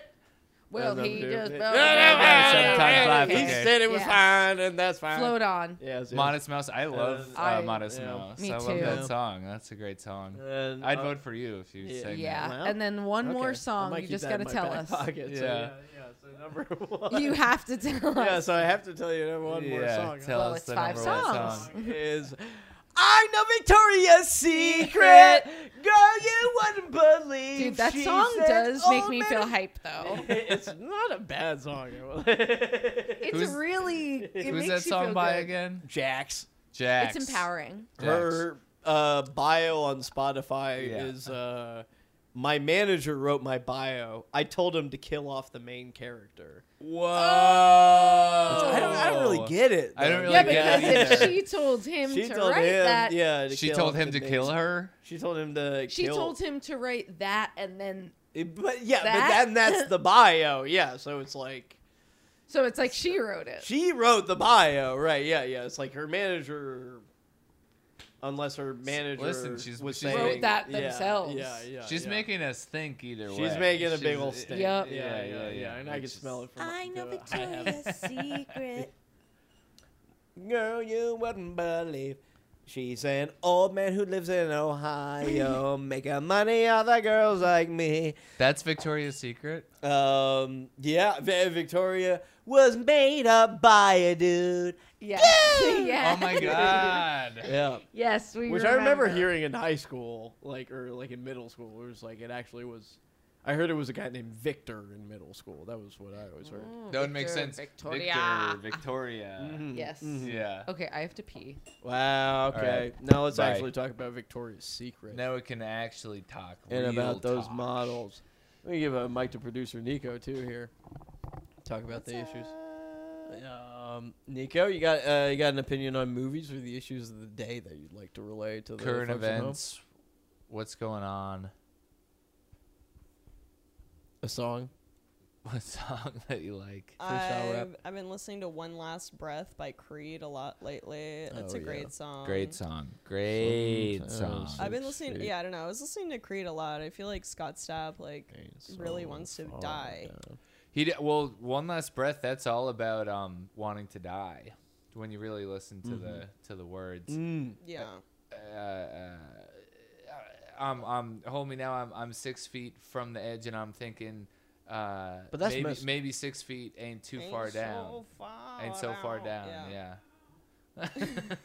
[SPEAKER 5] Will
[SPEAKER 4] That's
[SPEAKER 5] he
[SPEAKER 4] number two.
[SPEAKER 5] just
[SPEAKER 1] Sometimes I
[SPEAKER 4] He
[SPEAKER 1] forget.
[SPEAKER 4] said it was
[SPEAKER 5] Yes.
[SPEAKER 4] fine, and that's fine.
[SPEAKER 5] float on?
[SPEAKER 4] Yes, yes.
[SPEAKER 1] Modest Mouse. I love uh,
[SPEAKER 5] I-
[SPEAKER 1] Modest
[SPEAKER 4] yeah.
[SPEAKER 1] Mouse.
[SPEAKER 5] Me
[SPEAKER 1] I
[SPEAKER 5] too.
[SPEAKER 1] love
[SPEAKER 4] Yeah.
[SPEAKER 1] that song. That's a great song.
[SPEAKER 4] And,
[SPEAKER 1] I'd
[SPEAKER 4] uh,
[SPEAKER 1] vote for you if you
[SPEAKER 4] yeah.
[SPEAKER 1] sang
[SPEAKER 5] Yeah,
[SPEAKER 4] Well,
[SPEAKER 5] and then one more
[SPEAKER 4] okay. I
[SPEAKER 5] song.
[SPEAKER 4] might
[SPEAKER 5] You
[SPEAKER 4] keep
[SPEAKER 5] just
[SPEAKER 4] that in
[SPEAKER 5] gotta
[SPEAKER 4] my
[SPEAKER 5] tell
[SPEAKER 4] back
[SPEAKER 5] us.
[SPEAKER 4] pocket, so
[SPEAKER 1] Yeah.
[SPEAKER 4] yeah, so number one.
[SPEAKER 5] You have to tell
[SPEAKER 4] yeah,
[SPEAKER 5] us.
[SPEAKER 4] so I have to tell you number one more
[SPEAKER 1] Yeah,
[SPEAKER 4] song.
[SPEAKER 1] Tell
[SPEAKER 5] Well,
[SPEAKER 1] us
[SPEAKER 5] it's
[SPEAKER 1] the
[SPEAKER 5] five
[SPEAKER 1] number one
[SPEAKER 5] songs.
[SPEAKER 1] song.
[SPEAKER 4] is I know Victoria's Secret. Girl, you wouldn't believe.
[SPEAKER 5] Dude, that
[SPEAKER 4] she
[SPEAKER 5] song
[SPEAKER 4] said,
[SPEAKER 5] does
[SPEAKER 4] "Oh,
[SPEAKER 5] make me feel
[SPEAKER 4] man."
[SPEAKER 5] hype though.
[SPEAKER 4] it's not a bad song.
[SPEAKER 6] It's
[SPEAKER 1] Who's-
[SPEAKER 6] really. It
[SPEAKER 1] Who's
[SPEAKER 6] makes
[SPEAKER 1] that
[SPEAKER 6] you
[SPEAKER 1] song
[SPEAKER 6] feel
[SPEAKER 1] by
[SPEAKER 6] good.
[SPEAKER 1] again?
[SPEAKER 4] Jax.
[SPEAKER 1] Jax.
[SPEAKER 5] It's empowering.
[SPEAKER 4] Her uh, bio on Spotify
[SPEAKER 1] Yeah.
[SPEAKER 4] is uh, my manager wrote my bio. I told him to kill off the main character.
[SPEAKER 1] Whoa.
[SPEAKER 4] I, don't, I don't
[SPEAKER 1] Oh.
[SPEAKER 4] really get it.
[SPEAKER 1] I don't
[SPEAKER 4] though.
[SPEAKER 1] really
[SPEAKER 5] yeah,
[SPEAKER 1] like that
[SPEAKER 5] because if
[SPEAKER 1] either.
[SPEAKER 5] she told him
[SPEAKER 4] she
[SPEAKER 5] to
[SPEAKER 4] told
[SPEAKER 5] write
[SPEAKER 4] him.
[SPEAKER 5] that,
[SPEAKER 4] yeah, to
[SPEAKER 1] She
[SPEAKER 4] kill
[SPEAKER 1] told
[SPEAKER 4] off
[SPEAKER 1] him
[SPEAKER 4] the
[SPEAKER 1] to
[SPEAKER 4] main-
[SPEAKER 1] kill her.
[SPEAKER 4] She told him to.
[SPEAKER 5] she
[SPEAKER 4] kill
[SPEAKER 5] told him to write that, and then
[SPEAKER 4] It- but yeah,
[SPEAKER 5] That-
[SPEAKER 4] but then that's the bio. Yeah, so it's like
[SPEAKER 5] so it's like she wrote it.
[SPEAKER 4] she wrote the bio, right? Yeah, yeah. It's like her manager, unless her manager
[SPEAKER 1] listen, she's-
[SPEAKER 4] was
[SPEAKER 1] she's
[SPEAKER 4] saying,
[SPEAKER 1] making- Wrote
[SPEAKER 5] that
[SPEAKER 4] yeah,
[SPEAKER 5] themselves.
[SPEAKER 4] Yeah, yeah.
[SPEAKER 1] She's
[SPEAKER 4] yeah.
[SPEAKER 1] making us think either way.
[SPEAKER 4] She's making a big
[SPEAKER 1] She's-
[SPEAKER 4] old stink.
[SPEAKER 5] Yep.
[SPEAKER 4] Yeah, yeah, yeah,
[SPEAKER 1] yeah, yeah,
[SPEAKER 4] And I
[SPEAKER 1] which
[SPEAKER 4] can
[SPEAKER 1] is-
[SPEAKER 4] smell it from. up
[SPEAKER 3] I know
[SPEAKER 4] the- I have it.
[SPEAKER 3] Victoria's Secret.
[SPEAKER 4] Girl, you wouldn't believe. She's an old man who lives in Ohio, making money off the girls like me.
[SPEAKER 1] That's Victoria's Secret.
[SPEAKER 4] Um, yeah, Vi- Victoria was made up by a dude.
[SPEAKER 5] Yeah.
[SPEAKER 1] Oh
[SPEAKER 5] yeah.
[SPEAKER 1] my god.
[SPEAKER 4] Yeah.
[SPEAKER 5] Yes, we.
[SPEAKER 4] Which I remember hearing in high school, like or like in middle school. It was like it actually was. I heard it was a guy named Victor in middle school. That was what I always heard.
[SPEAKER 1] That would make
[SPEAKER 5] Oh, Victor,
[SPEAKER 1] sense.
[SPEAKER 5] Victoria.
[SPEAKER 1] Victor,
[SPEAKER 4] Mm-hmm.
[SPEAKER 1] Victoria.
[SPEAKER 5] Yes.
[SPEAKER 1] Yeah.
[SPEAKER 5] Okay, I have to pee.
[SPEAKER 4] Wow.
[SPEAKER 1] right.
[SPEAKER 4] Okay. Now let's
[SPEAKER 1] Bye.
[SPEAKER 4] actually talk about Victoria's Secret
[SPEAKER 1] Now we can actually talk.
[SPEAKER 4] and
[SPEAKER 1] real
[SPEAKER 4] about those
[SPEAKER 1] talk.
[SPEAKER 4] models. Let me give a mic to producer Nico too here. Talk about the issues. Um, Nico, you got uh, you got an opinion on movies or the issues of the day that you'd like to relay to the
[SPEAKER 1] current
[SPEAKER 4] folks at home?
[SPEAKER 1] events. What's going on?
[SPEAKER 4] A song.
[SPEAKER 1] What song that you like?
[SPEAKER 7] Um,
[SPEAKER 4] Freestyle rap.
[SPEAKER 7] I've, I've been listening to One Last Breath by Creed a lot lately. That's
[SPEAKER 4] Oh,
[SPEAKER 7] a
[SPEAKER 4] yeah.
[SPEAKER 7] great song.
[SPEAKER 1] Great song. Great
[SPEAKER 4] Sometimes.
[SPEAKER 1] song.
[SPEAKER 7] I've been
[SPEAKER 4] Six
[SPEAKER 7] listening.
[SPEAKER 4] feet.
[SPEAKER 7] Yeah, I don't know. I was listening to Creed a lot. I feel like Scott Stapp like really wants to die.
[SPEAKER 1] He did, well, one last breath. That's all about um wanting to die. When you really listen to the to the words.
[SPEAKER 4] Mm-hmm. Mm.
[SPEAKER 7] Yeah,
[SPEAKER 1] Uh, uh, I'm I'm hold me now. I'm I'm six feet from the edge, and I'm thinking. Uh,
[SPEAKER 4] But that's
[SPEAKER 1] maybe
[SPEAKER 4] most-
[SPEAKER 1] maybe six feet ain't too
[SPEAKER 7] Ain't
[SPEAKER 1] far
[SPEAKER 7] so
[SPEAKER 1] down.
[SPEAKER 7] far
[SPEAKER 1] ain't so far down. Yeah.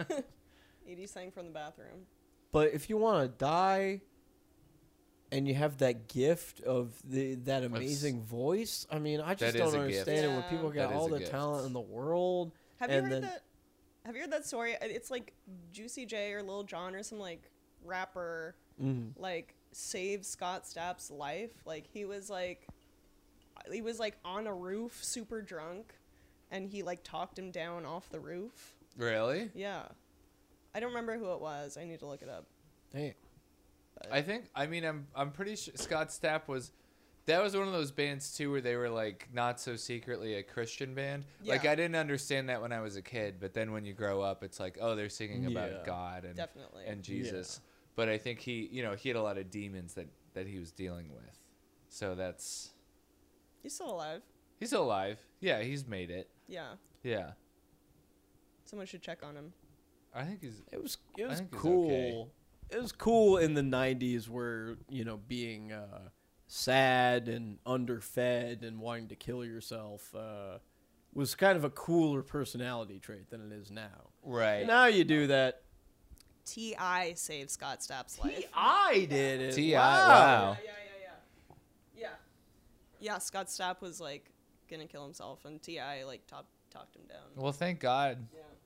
[SPEAKER 7] Edie sang from the bathroom.
[SPEAKER 4] But if you want to die and you have that gift of the that amazing voice, I mean, I just
[SPEAKER 1] That
[SPEAKER 4] don't
[SPEAKER 1] is a gift.
[SPEAKER 4] understand it when
[SPEAKER 7] Yeah.
[SPEAKER 4] people got
[SPEAKER 1] That is
[SPEAKER 4] all
[SPEAKER 1] a
[SPEAKER 4] the
[SPEAKER 1] gift.
[SPEAKER 4] talent in the world.
[SPEAKER 7] Have
[SPEAKER 4] and
[SPEAKER 7] you heard
[SPEAKER 4] then,
[SPEAKER 7] that? Have you heard that story? It's like Juicy J or Lil Jon or some like rapper
[SPEAKER 4] Mm-hmm.
[SPEAKER 7] like saved Scott Stapp's life. Like he was like he was like on a roof, super drunk, and he like talked him down off the roof.
[SPEAKER 1] Really?
[SPEAKER 7] Yeah, I don't remember who it was. I need to look it up.
[SPEAKER 4] Hey,
[SPEAKER 1] I think I mean I'm I'm pretty sure Scott Stapp was that was one of those bands too where they were like not so secretly a Christian band. Like
[SPEAKER 7] Yeah.
[SPEAKER 1] I didn't understand that when I was a kid, but then when you grow up it's like, oh, they're singing about
[SPEAKER 4] Yeah.
[SPEAKER 1] God and
[SPEAKER 7] Definitely.
[SPEAKER 1] and Jesus. But I think he, you know, he had a lot of demons that that he was dealing with. So that's
[SPEAKER 7] He's still alive.
[SPEAKER 1] he's still alive. Yeah, he's made it.
[SPEAKER 7] Yeah.
[SPEAKER 1] Yeah.
[SPEAKER 7] Someone should check on him.
[SPEAKER 1] I think he's.
[SPEAKER 4] It was it
[SPEAKER 1] I
[SPEAKER 4] was
[SPEAKER 1] think it's
[SPEAKER 4] cool.
[SPEAKER 1] okay.
[SPEAKER 4] It was cool in the '90s, where you know being uh, sad and underfed and wanting to kill yourself uh, was kind of a cooler personality trait than it is now.
[SPEAKER 1] Right.
[SPEAKER 4] Now you do that.
[SPEAKER 7] Ti saved Scott Stapp's life.
[SPEAKER 4] I did it.
[SPEAKER 1] Ti.
[SPEAKER 4] Wow.
[SPEAKER 1] Wow.
[SPEAKER 7] yeah, yeah, yeah, yeah. Yeah, Scott Stapp was like gonna kill himself, and Ti like top, talked him down.
[SPEAKER 1] Well, thank God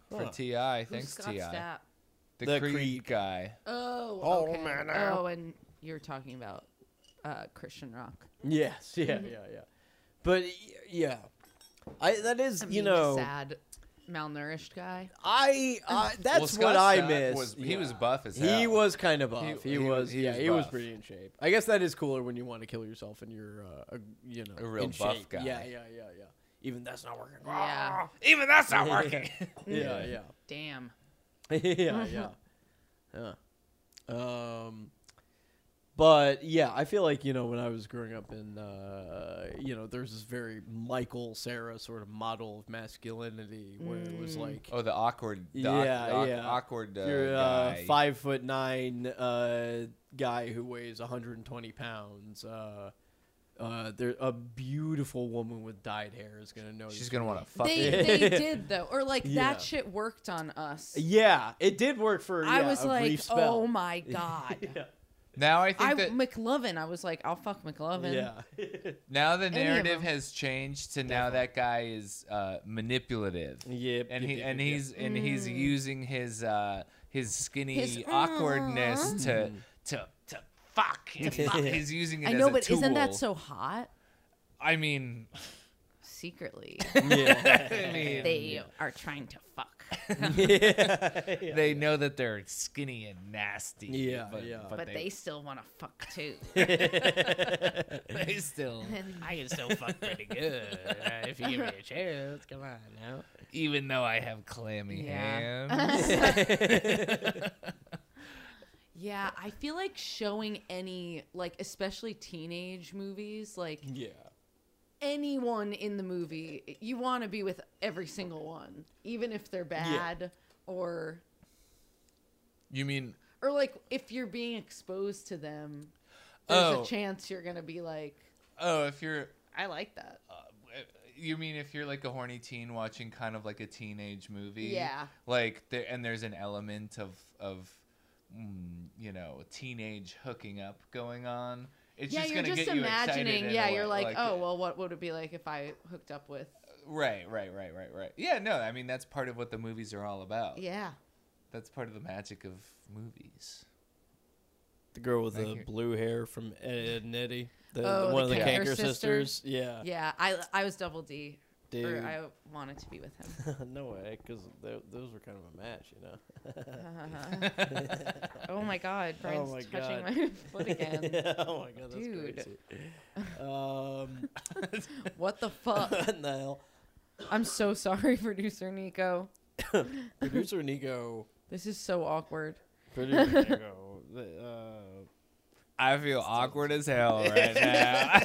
[SPEAKER 1] for
[SPEAKER 4] Huh.
[SPEAKER 1] Ti.
[SPEAKER 5] Who's
[SPEAKER 1] Thanks
[SPEAKER 5] Scott
[SPEAKER 1] Ti.
[SPEAKER 5] Stapp?
[SPEAKER 1] The,
[SPEAKER 4] The
[SPEAKER 1] Creed,
[SPEAKER 4] Creed.
[SPEAKER 1] guy.
[SPEAKER 5] Oh,
[SPEAKER 4] Oh,
[SPEAKER 5] okay.
[SPEAKER 4] man, I-
[SPEAKER 5] Oh, and you're talking about uh, Christian rock.
[SPEAKER 4] Yes. Yeah. Yeah.
[SPEAKER 5] Mm-hmm.
[SPEAKER 4] Yeah. But y- yeah, I that is
[SPEAKER 5] I
[SPEAKER 4] you
[SPEAKER 5] mean,
[SPEAKER 4] know
[SPEAKER 5] sad, malnourished guy.
[SPEAKER 4] I I that's
[SPEAKER 1] Well,
[SPEAKER 4] what
[SPEAKER 1] Scott
[SPEAKER 4] I
[SPEAKER 1] Stapp
[SPEAKER 4] miss.
[SPEAKER 1] was- he
[SPEAKER 4] Yeah.
[SPEAKER 1] was buff as
[SPEAKER 4] He
[SPEAKER 1] hell.
[SPEAKER 4] was kind of buff. He,
[SPEAKER 1] he
[SPEAKER 4] was,
[SPEAKER 1] was- he
[SPEAKER 4] yeah,
[SPEAKER 1] was
[SPEAKER 4] he was
[SPEAKER 1] buff.
[SPEAKER 4] pretty in shape. I guess that is cooler when you want to kill yourself and you're, uh, a, you know,
[SPEAKER 1] A real
[SPEAKER 4] in
[SPEAKER 1] buff
[SPEAKER 4] shape.
[SPEAKER 1] guy.
[SPEAKER 4] Yeah, yeah, yeah, yeah. Even that's not working.
[SPEAKER 5] Yeah.
[SPEAKER 4] Ah.
[SPEAKER 1] Even that's not working.
[SPEAKER 4] Yeah, yeah,
[SPEAKER 5] Damn.
[SPEAKER 4] yeah, yeah. Yeah. Um, but yeah, I feel like you know when I was growing up in, uh, you know, there's this very Michael Sarah sort of model of masculinity where it was like.
[SPEAKER 1] oh, the awkward. The
[SPEAKER 4] Yeah,
[SPEAKER 1] yeah,
[SPEAKER 4] yeah.
[SPEAKER 1] Awkward uh,
[SPEAKER 4] You're uh,
[SPEAKER 1] guy.
[SPEAKER 4] five foot nine uh, guy who weighs 120 pounds. Uh, uh, there, a beautiful woman with dyed hair is gonna know.
[SPEAKER 1] Oh, She's
[SPEAKER 4] this
[SPEAKER 1] gonna
[SPEAKER 4] movie.
[SPEAKER 1] want to fuck.
[SPEAKER 5] they
[SPEAKER 1] you.
[SPEAKER 5] they did though, or like
[SPEAKER 4] Yeah.
[SPEAKER 5] that shit worked on us.
[SPEAKER 4] Yeah, it did work for.
[SPEAKER 5] I
[SPEAKER 4] yeah,
[SPEAKER 5] was
[SPEAKER 4] a
[SPEAKER 5] like,
[SPEAKER 4] brief spell.
[SPEAKER 5] oh my god.
[SPEAKER 4] yeah,
[SPEAKER 1] Now I think
[SPEAKER 5] I
[SPEAKER 1] that
[SPEAKER 5] McLovin. I was like, I'll fuck McLovin.
[SPEAKER 4] yeah,
[SPEAKER 1] now the
[SPEAKER 5] of
[SPEAKER 1] narrative
[SPEAKER 5] them.
[SPEAKER 1] has changed to now that guy is uh, manipulative.
[SPEAKER 4] Yep,
[SPEAKER 1] And
[SPEAKER 4] yep,
[SPEAKER 1] he
[SPEAKER 4] yep,
[SPEAKER 1] and
[SPEAKER 4] yep, yep.
[SPEAKER 1] he's and he's using his uh, his skinny
[SPEAKER 5] His,
[SPEAKER 1] awkwardness to to to fuck. To fuck. He's using it
[SPEAKER 5] I
[SPEAKER 1] as
[SPEAKER 5] know,
[SPEAKER 1] a
[SPEAKER 5] but isn't that
[SPEAKER 1] tool.
[SPEAKER 5] so hot?
[SPEAKER 1] I mean,
[SPEAKER 5] Secretly,
[SPEAKER 4] yeah.
[SPEAKER 1] I mean,
[SPEAKER 5] they are trying to fuck,
[SPEAKER 4] yeah.
[SPEAKER 1] they know that they're skinny and nasty.
[SPEAKER 4] Yeah,
[SPEAKER 1] but,
[SPEAKER 4] yeah.
[SPEAKER 1] But,
[SPEAKER 5] but they
[SPEAKER 1] they,
[SPEAKER 5] still want to fuck too.
[SPEAKER 1] they, still. I can still fuck pretty good uh, if you give me a chance. Come on now. Even though I have clammy
[SPEAKER 5] Yeah.
[SPEAKER 1] hands.
[SPEAKER 5] Yeah, I feel like showing any, like, especially teenage movies, like
[SPEAKER 4] yeah.
[SPEAKER 5] anyone in the movie, you want to be with every single one, even if they're bad or,
[SPEAKER 1] you mean?
[SPEAKER 5] or like if you're being exposed to them, there's
[SPEAKER 1] Oh.
[SPEAKER 5] a chance you're going to be like,
[SPEAKER 1] Oh, if you're.
[SPEAKER 5] I like that.
[SPEAKER 1] You mean if you're like a horny teen watching kind of like a teenage movie?
[SPEAKER 5] Yeah.
[SPEAKER 1] Like there, and there's an element of of mm, you know teenage hooking up going on. It's
[SPEAKER 5] yeah,
[SPEAKER 1] just
[SPEAKER 5] you're
[SPEAKER 1] gonna
[SPEAKER 5] just
[SPEAKER 1] get you excited
[SPEAKER 5] imagining.
[SPEAKER 1] in a
[SPEAKER 5] yeah,
[SPEAKER 1] way,
[SPEAKER 5] you're like, oh, well, what would it be like if I hooked up with?
[SPEAKER 1] Right, right, right, right, right. Yeah, no, I mean that's part of what the movies are all about.
[SPEAKER 5] Yeah.
[SPEAKER 1] That's part of the magic of movies.
[SPEAKER 4] The girl with
[SPEAKER 1] Thank
[SPEAKER 4] the
[SPEAKER 1] you.
[SPEAKER 4] blue hair from Ed and Eddie,
[SPEAKER 5] Oh,
[SPEAKER 4] the, the
[SPEAKER 5] the
[SPEAKER 4] one of the
[SPEAKER 5] Kanker
[SPEAKER 4] Kanker
[SPEAKER 5] sister?
[SPEAKER 4] sisters. Yeah,
[SPEAKER 5] Yeah. I, I was double D. Or
[SPEAKER 4] dude.
[SPEAKER 5] I wanted to be with him.
[SPEAKER 4] no way, because those were kind of a match, you know.
[SPEAKER 5] oh my god, Brian's
[SPEAKER 4] my
[SPEAKER 5] touching
[SPEAKER 4] God.
[SPEAKER 5] my foot again.
[SPEAKER 4] oh my god, that's
[SPEAKER 5] Dude.
[SPEAKER 4] crazy. Um,
[SPEAKER 5] what the fuck?
[SPEAKER 4] what the hell?
[SPEAKER 5] I'm so sorry, producer Nico.
[SPEAKER 4] Producer Nico.
[SPEAKER 5] This is so awkward.
[SPEAKER 4] Producer Nico. the,
[SPEAKER 1] I feel awkward as hell right now.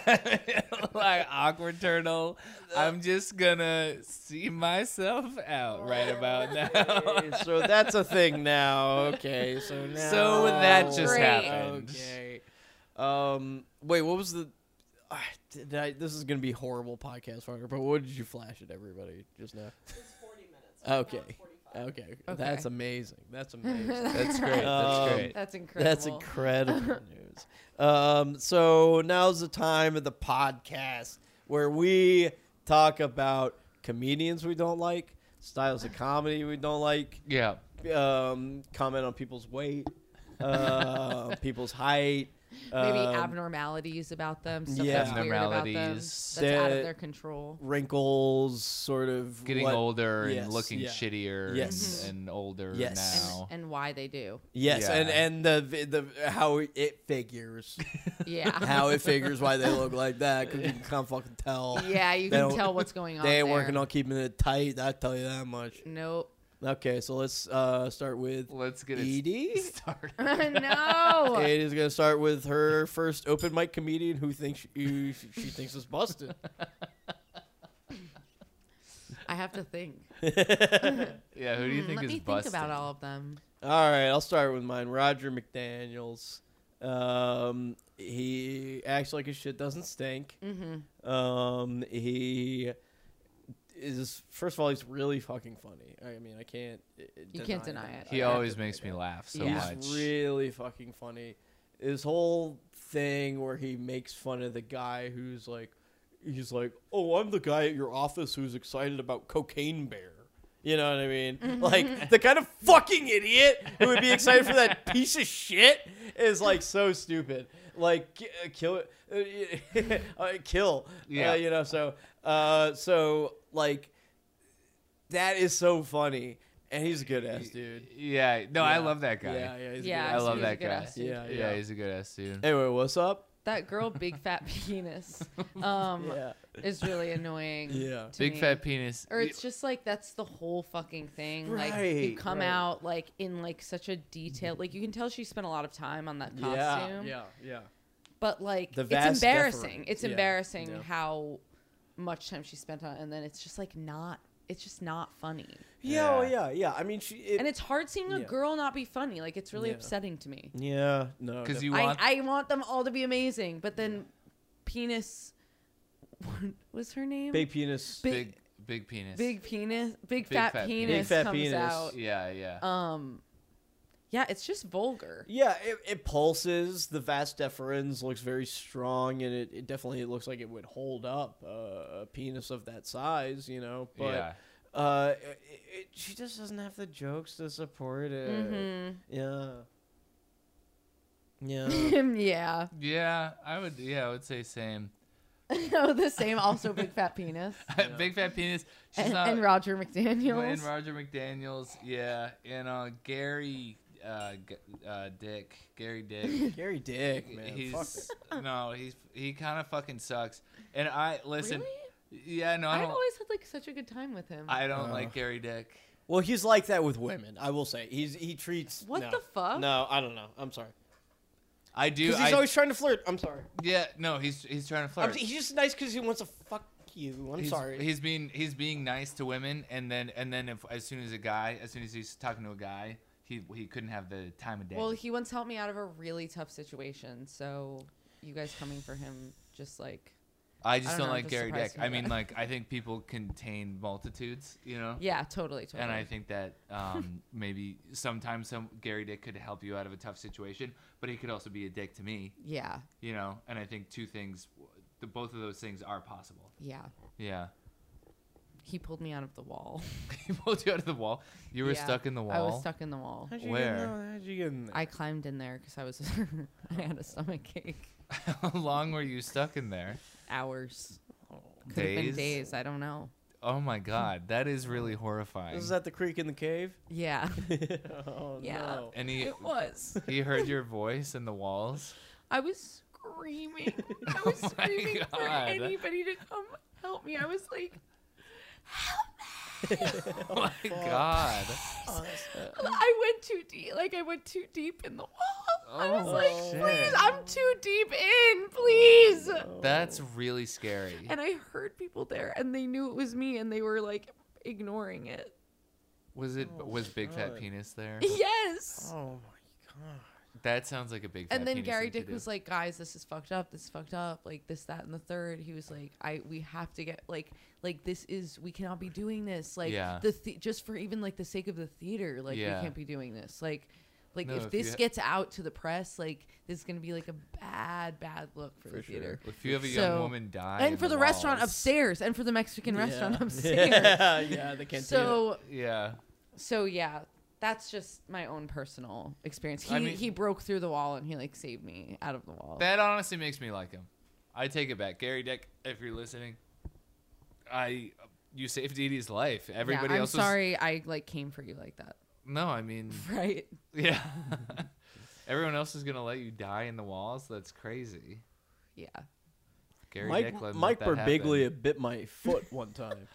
[SPEAKER 1] like awkward turtle. I'm just gonna see myself out right about
[SPEAKER 4] uh,
[SPEAKER 1] now.
[SPEAKER 4] okay, so that's a thing now. Okay, so now.
[SPEAKER 1] so that just
[SPEAKER 5] Great.
[SPEAKER 1] happened.
[SPEAKER 4] Okay. Um. Wait, what was the? Uh, did I, this is gonna be horrible podcast fodder. But what did you flash at everybody just now?
[SPEAKER 7] It's 40 minutes.
[SPEAKER 4] Okay. Okay. That's amazing. That's amazing.
[SPEAKER 1] That's great. That's
[SPEAKER 4] Um,
[SPEAKER 1] great.
[SPEAKER 5] That's incredible.
[SPEAKER 4] That's incredible news. Um, so now's the time of the podcast where we talk about comedians we don't like, styles of comedy we don't like,
[SPEAKER 1] Yeah.
[SPEAKER 4] um, comment on people's weight, uh, people's height.
[SPEAKER 5] Maybe
[SPEAKER 4] um,
[SPEAKER 5] abnormalities about them, stuff
[SPEAKER 4] yeah.
[SPEAKER 5] that's weird about them,
[SPEAKER 1] Abnormalities.
[SPEAKER 5] that's out
[SPEAKER 4] Uh,
[SPEAKER 5] of their control.
[SPEAKER 4] wrinkles, sort of
[SPEAKER 1] Getting
[SPEAKER 4] what-
[SPEAKER 1] older
[SPEAKER 4] yes,
[SPEAKER 1] and looking
[SPEAKER 4] yeah.
[SPEAKER 1] shittier
[SPEAKER 4] Yes.
[SPEAKER 1] and, and older
[SPEAKER 4] Yes.
[SPEAKER 1] now.
[SPEAKER 5] And why they do.
[SPEAKER 4] Yes,
[SPEAKER 1] Yeah.
[SPEAKER 4] and and the the how it figures,
[SPEAKER 5] Yeah.
[SPEAKER 4] how it figures why they look like that because you can kind of fucking tell.
[SPEAKER 5] yeah, you
[SPEAKER 4] They
[SPEAKER 5] can
[SPEAKER 4] don't-
[SPEAKER 5] tell what's going on.
[SPEAKER 4] They ain't
[SPEAKER 5] there.
[SPEAKER 4] working on keeping it tight. I tell you that much.
[SPEAKER 5] Nope.
[SPEAKER 4] Okay, so let's uh, start with E
[SPEAKER 1] Let's get it
[SPEAKER 4] Edie.
[SPEAKER 1] started.
[SPEAKER 5] Mm-hmm. no.
[SPEAKER 4] Edie's gonna start with her first open mic comedian who thinks she, who she thinks is busted.
[SPEAKER 5] I I have to think.
[SPEAKER 1] Yeah, who do you
[SPEAKER 5] Hmm,
[SPEAKER 1] think
[SPEAKER 5] Let
[SPEAKER 1] is
[SPEAKER 5] me
[SPEAKER 1] busted?
[SPEAKER 5] think about all of them.
[SPEAKER 4] All right, I'll start with mine. Roger McDaniels. Um, he acts like his shit doesn't stink. Mm-hmm. Um, he is first of all, he's really fucking funny. I mean, I can't.
[SPEAKER 5] You can't deny it.
[SPEAKER 1] He
[SPEAKER 4] I have
[SPEAKER 1] always
[SPEAKER 4] to
[SPEAKER 1] makes
[SPEAKER 4] deny
[SPEAKER 1] me
[SPEAKER 4] that.
[SPEAKER 1] laugh so
[SPEAKER 5] Yeah.
[SPEAKER 1] much.
[SPEAKER 4] He's really fucking funny. His whole thing where he makes fun of the guy who's like, he's like, oh, I'm the guy at your office who's excited about Cocaine Bear. You know what I mean? Like the kind of fucking idiot who would be excited for that piece of shit is like so stupid. Like ki- uh, kill it, uh, kill.
[SPEAKER 1] Yeah.
[SPEAKER 4] Uh, you know. So, uh, so like that is so funny, and he's a good ass dude.
[SPEAKER 1] Yeah, no, Oh, I
[SPEAKER 4] Yeah.
[SPEAKER 1] love that guy.
[SPEAKER 4] Yeah, yeah, he's a good
[SPEAKER 5] Yeah,
[SPEAKER 4] ass
[SPEAKER 1] I love
[SPEAKER 5] he's a
[SPEAKER 1] that
[SPEAKER 5] good
[SPEAKER 1] guy.
[SPEAKER 5] ass dude.
[SPEAKER 1] Yeah,
[SPEAKER 4] Yeah,
[SPEAKER 1] yeah,
[SPEAKER 4] yeah.
[SPEAKER 1] he's a good ass dude.
[SPEAKER 4] Anyway, what's up?
[SPEAKER 5] That girl, big fat penis, um,
[SPEAKER 4] Yeah.
[SPEAKER 5] is really annoying.
[SPEAKER 4] Yeah.
[SPEAKER 5] to
[SPEAKER 1] Big
[SPEAKER 5] me.
[SPEAKER 1] fat penis.
[SPEAKER 5] Or it's just like that's the whole fucking thing. like you
[SPEAKER 4] Right,
[SPEAKER 5] come
[SPEAKER 4] right.
[SPEAKER 5] out like in like such a detail. Like you can tell she spent a lot of time on that costume.
[SPEAKER 4] Yeah, yeah,
[SPEAKER 5] But like
[SPEAKER 4] The
[SPEAKER 5] it's
[SPEAKER 4] vast
[SPEAKER 5] embarrassing.
[SPEAKER 4] deference.
[SPEAKER 5] It's
[SPEAKER 4] Yeah,
[SPEAKER 5] embarrassing
[SPEAKER 4] yeah.
[SPEAKER 5] how much time she spent on it and then it's just like not it's just not funny.
[SPEAKER 4] yeah. oh,
[SPEAKER 1] Yeah.
[SPEAKER 4] yeah, yeah. I mean, she. It,
[SPEAKER 5] And it's hard seeing a
[SPEAKER 4] Yeah.
[SPEAKER 5] girl not be funny. Like it's really
[SPEAKER 4] Yeah.
[SPEAKER 5] upsetting to me.
[SPEAKER 4] yeah, Oh, no.
[SPEAKER 1] because
[SPEAKER 4] def-
[SPEAKER 1] you
[SPEAKER 5] I,
[SPEAKER 1] want.
[SPEAKER 5] I want them all to be amazing, but then penis what was her name?
[SPEAKER 4] big penis.
[SPEAKER 5] big
[SPEAKER 1] big, big penis.
[SPEAKER 5] big penis big,
[SPEAKER 1] Big
[SPEAKER 5] fat,
[SPEAKER 1] fat penis.
[SPEAKER 5] penis,
[SPEAKER 4] Big fat
[SPEAKER 5] comes
[SPEAKER 4] penis.
[SPEAKER 5] out.
[SPEAKER 1] Yeah, yeah.
[SPEAKER 5] Um, yeah, it's just vulgar.
[SPEAKER 4] yeah, it, it pulses. The vast deferens looks very strong, and it, it definitely looks like it would hold up uh, a penis of that size, you know. But
[SPEAKER 1] Yeah.
[SPEAKER 4] uh, it, it, she just doesn't have the jokes to support it.
[SPEAKER 5] Mm-hmm.
[SPEAKER 4] Yeah. Yeah.
[SPEAKER 5] yeah,
[SPEAKER 1] yeah, I would. Yeah, I would say same.
[SPEAKER 5] no, Oh, the same. Also, big fat penis
[SPEAKER 1] big fat penis. She's
[SPEAKER 5] and,
[SPEAKER 1] not.
[SPEAKER 5] and Roger
[SPEAKER 1] well,
[SPEAKER 5] McDaniel's.
[SPEAKER 1] and Roger McDaniel's. Yeah, and uh, Gary uh, G- uh, Dick. Gary Dick.
[SPEAKER 4] Gary Dick, man. Fuck
[SPEAKER 1] he's no, he's he kind of fucking sucks. And I listen.
[SPEAKER 5] really?
[SPEAKER 1] Yeah, no, I
[SPEAKER 5] I've
[SPEAKER 1] don't.
[SPEAKER 5] always had like such a good time with him.
[SPEAKER 1] I don't
[SPEAKER 4] Uh.
[SPEAKER 1] like Gary Dick.
[SPEAKER 4] Well, he's like that with women. I will say he's he treats.
[SPEAKER 5] What
[SPEAKER 4] no.
[SPEAKER 5] the fuck?
[SPEAKER 4] No, I don't know. I'm sorry.
[SPEAKER 1] I do.
[SPEAKER 4] Because he's
[SPEAKER 1] I-
[SPEAKER 4] always trying to flirt. I'm sorry.
[SPEAKER 1] yeah, no, he's he's trying to
[SPEAKER 4] I'm,
[SPEAKER 1] flirt.
[SPEAKER 4] he's just nice because he wants to fuck you. I'm
[SPEAKER 1] he's,
[SPEAKER 4] sorry.
[SPEAKER 1] He's being he's being nice to women, and then and then if, as soon as a guy, as soon as he's talking to a guy, he he couldn't have the time of day.
[SPEAKER 5] Well, he once helped me out of a really tough situation, so you guys coming for him just like
[SPEAKER 1] I just
[SPEAKER 5] I don't
[SPEAKER 1] don't,
[SPEAKER 5] know,
[SPEAKER 1] like
[SPEAKER 5] just
[SPEAKER 1] Gary Dick.
[SPEAKER 5] surprised me
[SPEAKER 1] I mean,
[SPEAKER 5] that-
[SPEAKER 1] like I think people contain multitudes, you know.
[SPEAKER 5] yeah, totally, totally.
[SPEAKER 1] And I think that um, maybe sometimes some Gary Dick could help you out of a tough situation, but he could also be a dick to me,
[SPEAKER 5] yeah,
[SPEAKER 1] you know. And I think two things, the, both of those things are possible.
[SPEAKER 5] yeah.
[SPEAKER 1] Yeah,
[SPEAKER 5] He pulled me out of the wall.
[SPEAKER 1] he pulled you out of the wall. You were
[SPEAKER 5] Yeah,
[SPEAKER 1] stuck in the wall.
[SPEAKER 5] I was stuck in the wall.
[SPEAKER 4] How'd
[SPEAKER 1] you get Where? in there?
[SPEAKER 4] How'd you get in there?
[SPEAKER 5] I climbed in there because I was I had a stomach ache.
[SPEAKER 1] How long were you stuck in there?
[SPEAKER 5] hours. Could have
[SPEAKER 1] Days.
[SPEAKER 5] been days. I don't know.
[SPEAKER 1] Oh my god, that is really horrifying.
[SPEAKER 4] Is that the creek in the cave?
[SPEAKER 5] Yeah,
[SPEAKER 4] oh
[SPEAKER 5] Yeah.
[SPEAKER 4] no.
[SPEAKER 1] and he
[SPEAKER 5] it was.
[SPEAKER 1] he heard your voice in the walls.
[SPEAKER 5] I was screaming. I was
[SPEAKER 1] Oh my
[SPEAKER 5] screaming for
[SPEAKER 1] God.
[SPEAKER 5] anybody to come help me. I was like,
[SPEAKER 1] Oh my god.
[SPEAKER 5] I went too deep. Like I went too deep in the wall. I was
[SPEAKER 1] Oh,
[SPEAKER 5] like,
[SPEAKER 1] shit.
[SPEAKER 5] please, I'm too deep in, please.
[SPEAKER 1] That's really scary.
[SPEAKER 5] Oh. And I heard people there, and they knew it was me, and they were like ignoring it.
[SPEAKER 1] Was it
[SPEAKER 5] Oh,
[SPEAKER 1] was Big Fat
[SPEAKER 4] God.
[SPEAKER 1] Penis there?
[SPEAKER 5] Yes.
[SPEAKER 4] Oh my
[SPEAKER 1] That sounds like a big fat
[SPEAKER 5] and then
[SPEAKER 1] penis
[SPEAKER 5] Gary
[SPEAKER 1] thing to
[SPEAKER 5] Dick
[SPEAKER 1] do.
[SPEAKER 5] was like, "Guys, this is fucked up. This is fucked up. Like this, that, and the third. He was like, "I, we have to get like, like this is we cannot be doing this. Like
[SPEAKER 1] Yeah.
[SPEAKER 5] the the just for even like the sake of the theater, like
[SPEAKER 1] Yeah.
[SPEAKER 5] we can't be doing this. Like, like
[SPEAKER 1] No,
[SPEAKER 5] if,
[SPEAKER 1] if you
[SPEAKER 5] this
[SPEAKER 1] ha-
[SPEAKER 5] gets out to the press, like this is gonna be like a bad, bad look for, the theater."
[SPEAKER 1] If you have a young
[SPEAKER 5] So-
[SPEAKER 1] woman die
[SPEAKER 5] And
[SPEAKER 1] in
[SPEAKER 5] for the, restaurant
[SPEAKER 1] walls-
[SPEAKER 5] upstairs, and for the Mexican restaurant upstairs.
[SPEAKER 4] Yeah, yeah, the cantina.
[SPEAKER 5] So,
[SPEAKER 1] Yeah.
[SPEAKER 5] so yeah, that's just my own personal experience. He
[SPEAKER 1] I mean-
[SPEAKER 5] he broke through the wall and he like saved me out of the wall.
[SPEAKER 1] That honestly makes me like him. I take it back. Gary Dick, if you're listening, I you saved Dee Dee's life. Everybody
[SPEAKER 5] yeah, I'm
[SPEAKER 1] else was-
[SPEAKER 5] sorry I like came for you like that.
[SPEAKER 1] No, I mean
[SPEAKER 5] Right.
[SPEAKER 1] Yeah. Everyone else is gonna let you die in the walls? That's crazy.
[SPEAKER 5] Yeah.
[SPEAKER 1] Gary Dick
[SPEAKER 4] Mike
[SPEAKER 1] let
[SPEAKER 4] Mike
[SPEAKER 1] that
[SPEAKER 4] Berbiglia bit my foot one time.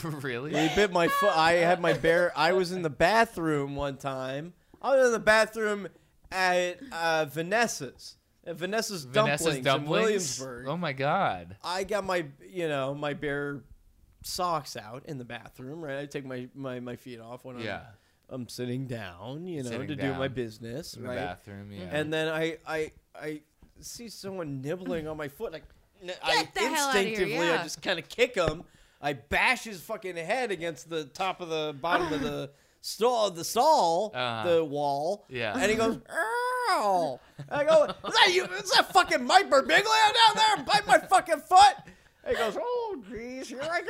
[SPEAKER 1] happen. really?
[SPEAKER 4] He bit my foot. I had my bare. I was in the bathroom one time. I was in the bathroom at uh, Vanessa's. At
[SPEAKER 1] Vanessa's
[SPEAKER 4] Vanessa's,
[SPEAKER 1] Oh
[SPEAKER 4] dumplings, in
[SPEAKER 1] dumplings.
[SPEAKER 4] Williamsburg.
[SPEAKER 1] Oh my god.
[SPEAKER 4] I got my, you know, my bare socks out in the bathroom, right? I take my, my, my feet off when I'm,
[SPEAKER 1] Yeah.
[SPEAKER 4] I'm sitting down, you know,
[SPEAKER 1] Sitting
[SPEAKER 4] to do my
[SPEAKER 1] down
[SPEAKER 4] business,
[SPEAKER 1] in the
[SPEAKER 4] right?
[SPEAKER 1] bathroom. Yeah.
[SPEAKER 4] And then I, I, I see someone nibbling on my foot. Like, n- I
[SPEAKER 5] Get the hell outta here,
[SPEAKER 4] instinctively, I
[SPEAKER 5] yeah.
[SPEAKER 4] just kind of kick him. I bash his fucking head against the top of the bottom of the stall, the stall,
[SPEAKER 1] Uh-huh.
[SPEAKER 4] the wall.
[SPEAKER 1] Yeah.
[SPEAKER 4] And he goes, ow. I go, is that you? Is that fucking Mike Birmingham down there biting my fucking foot? And he goes, oh, geez, here I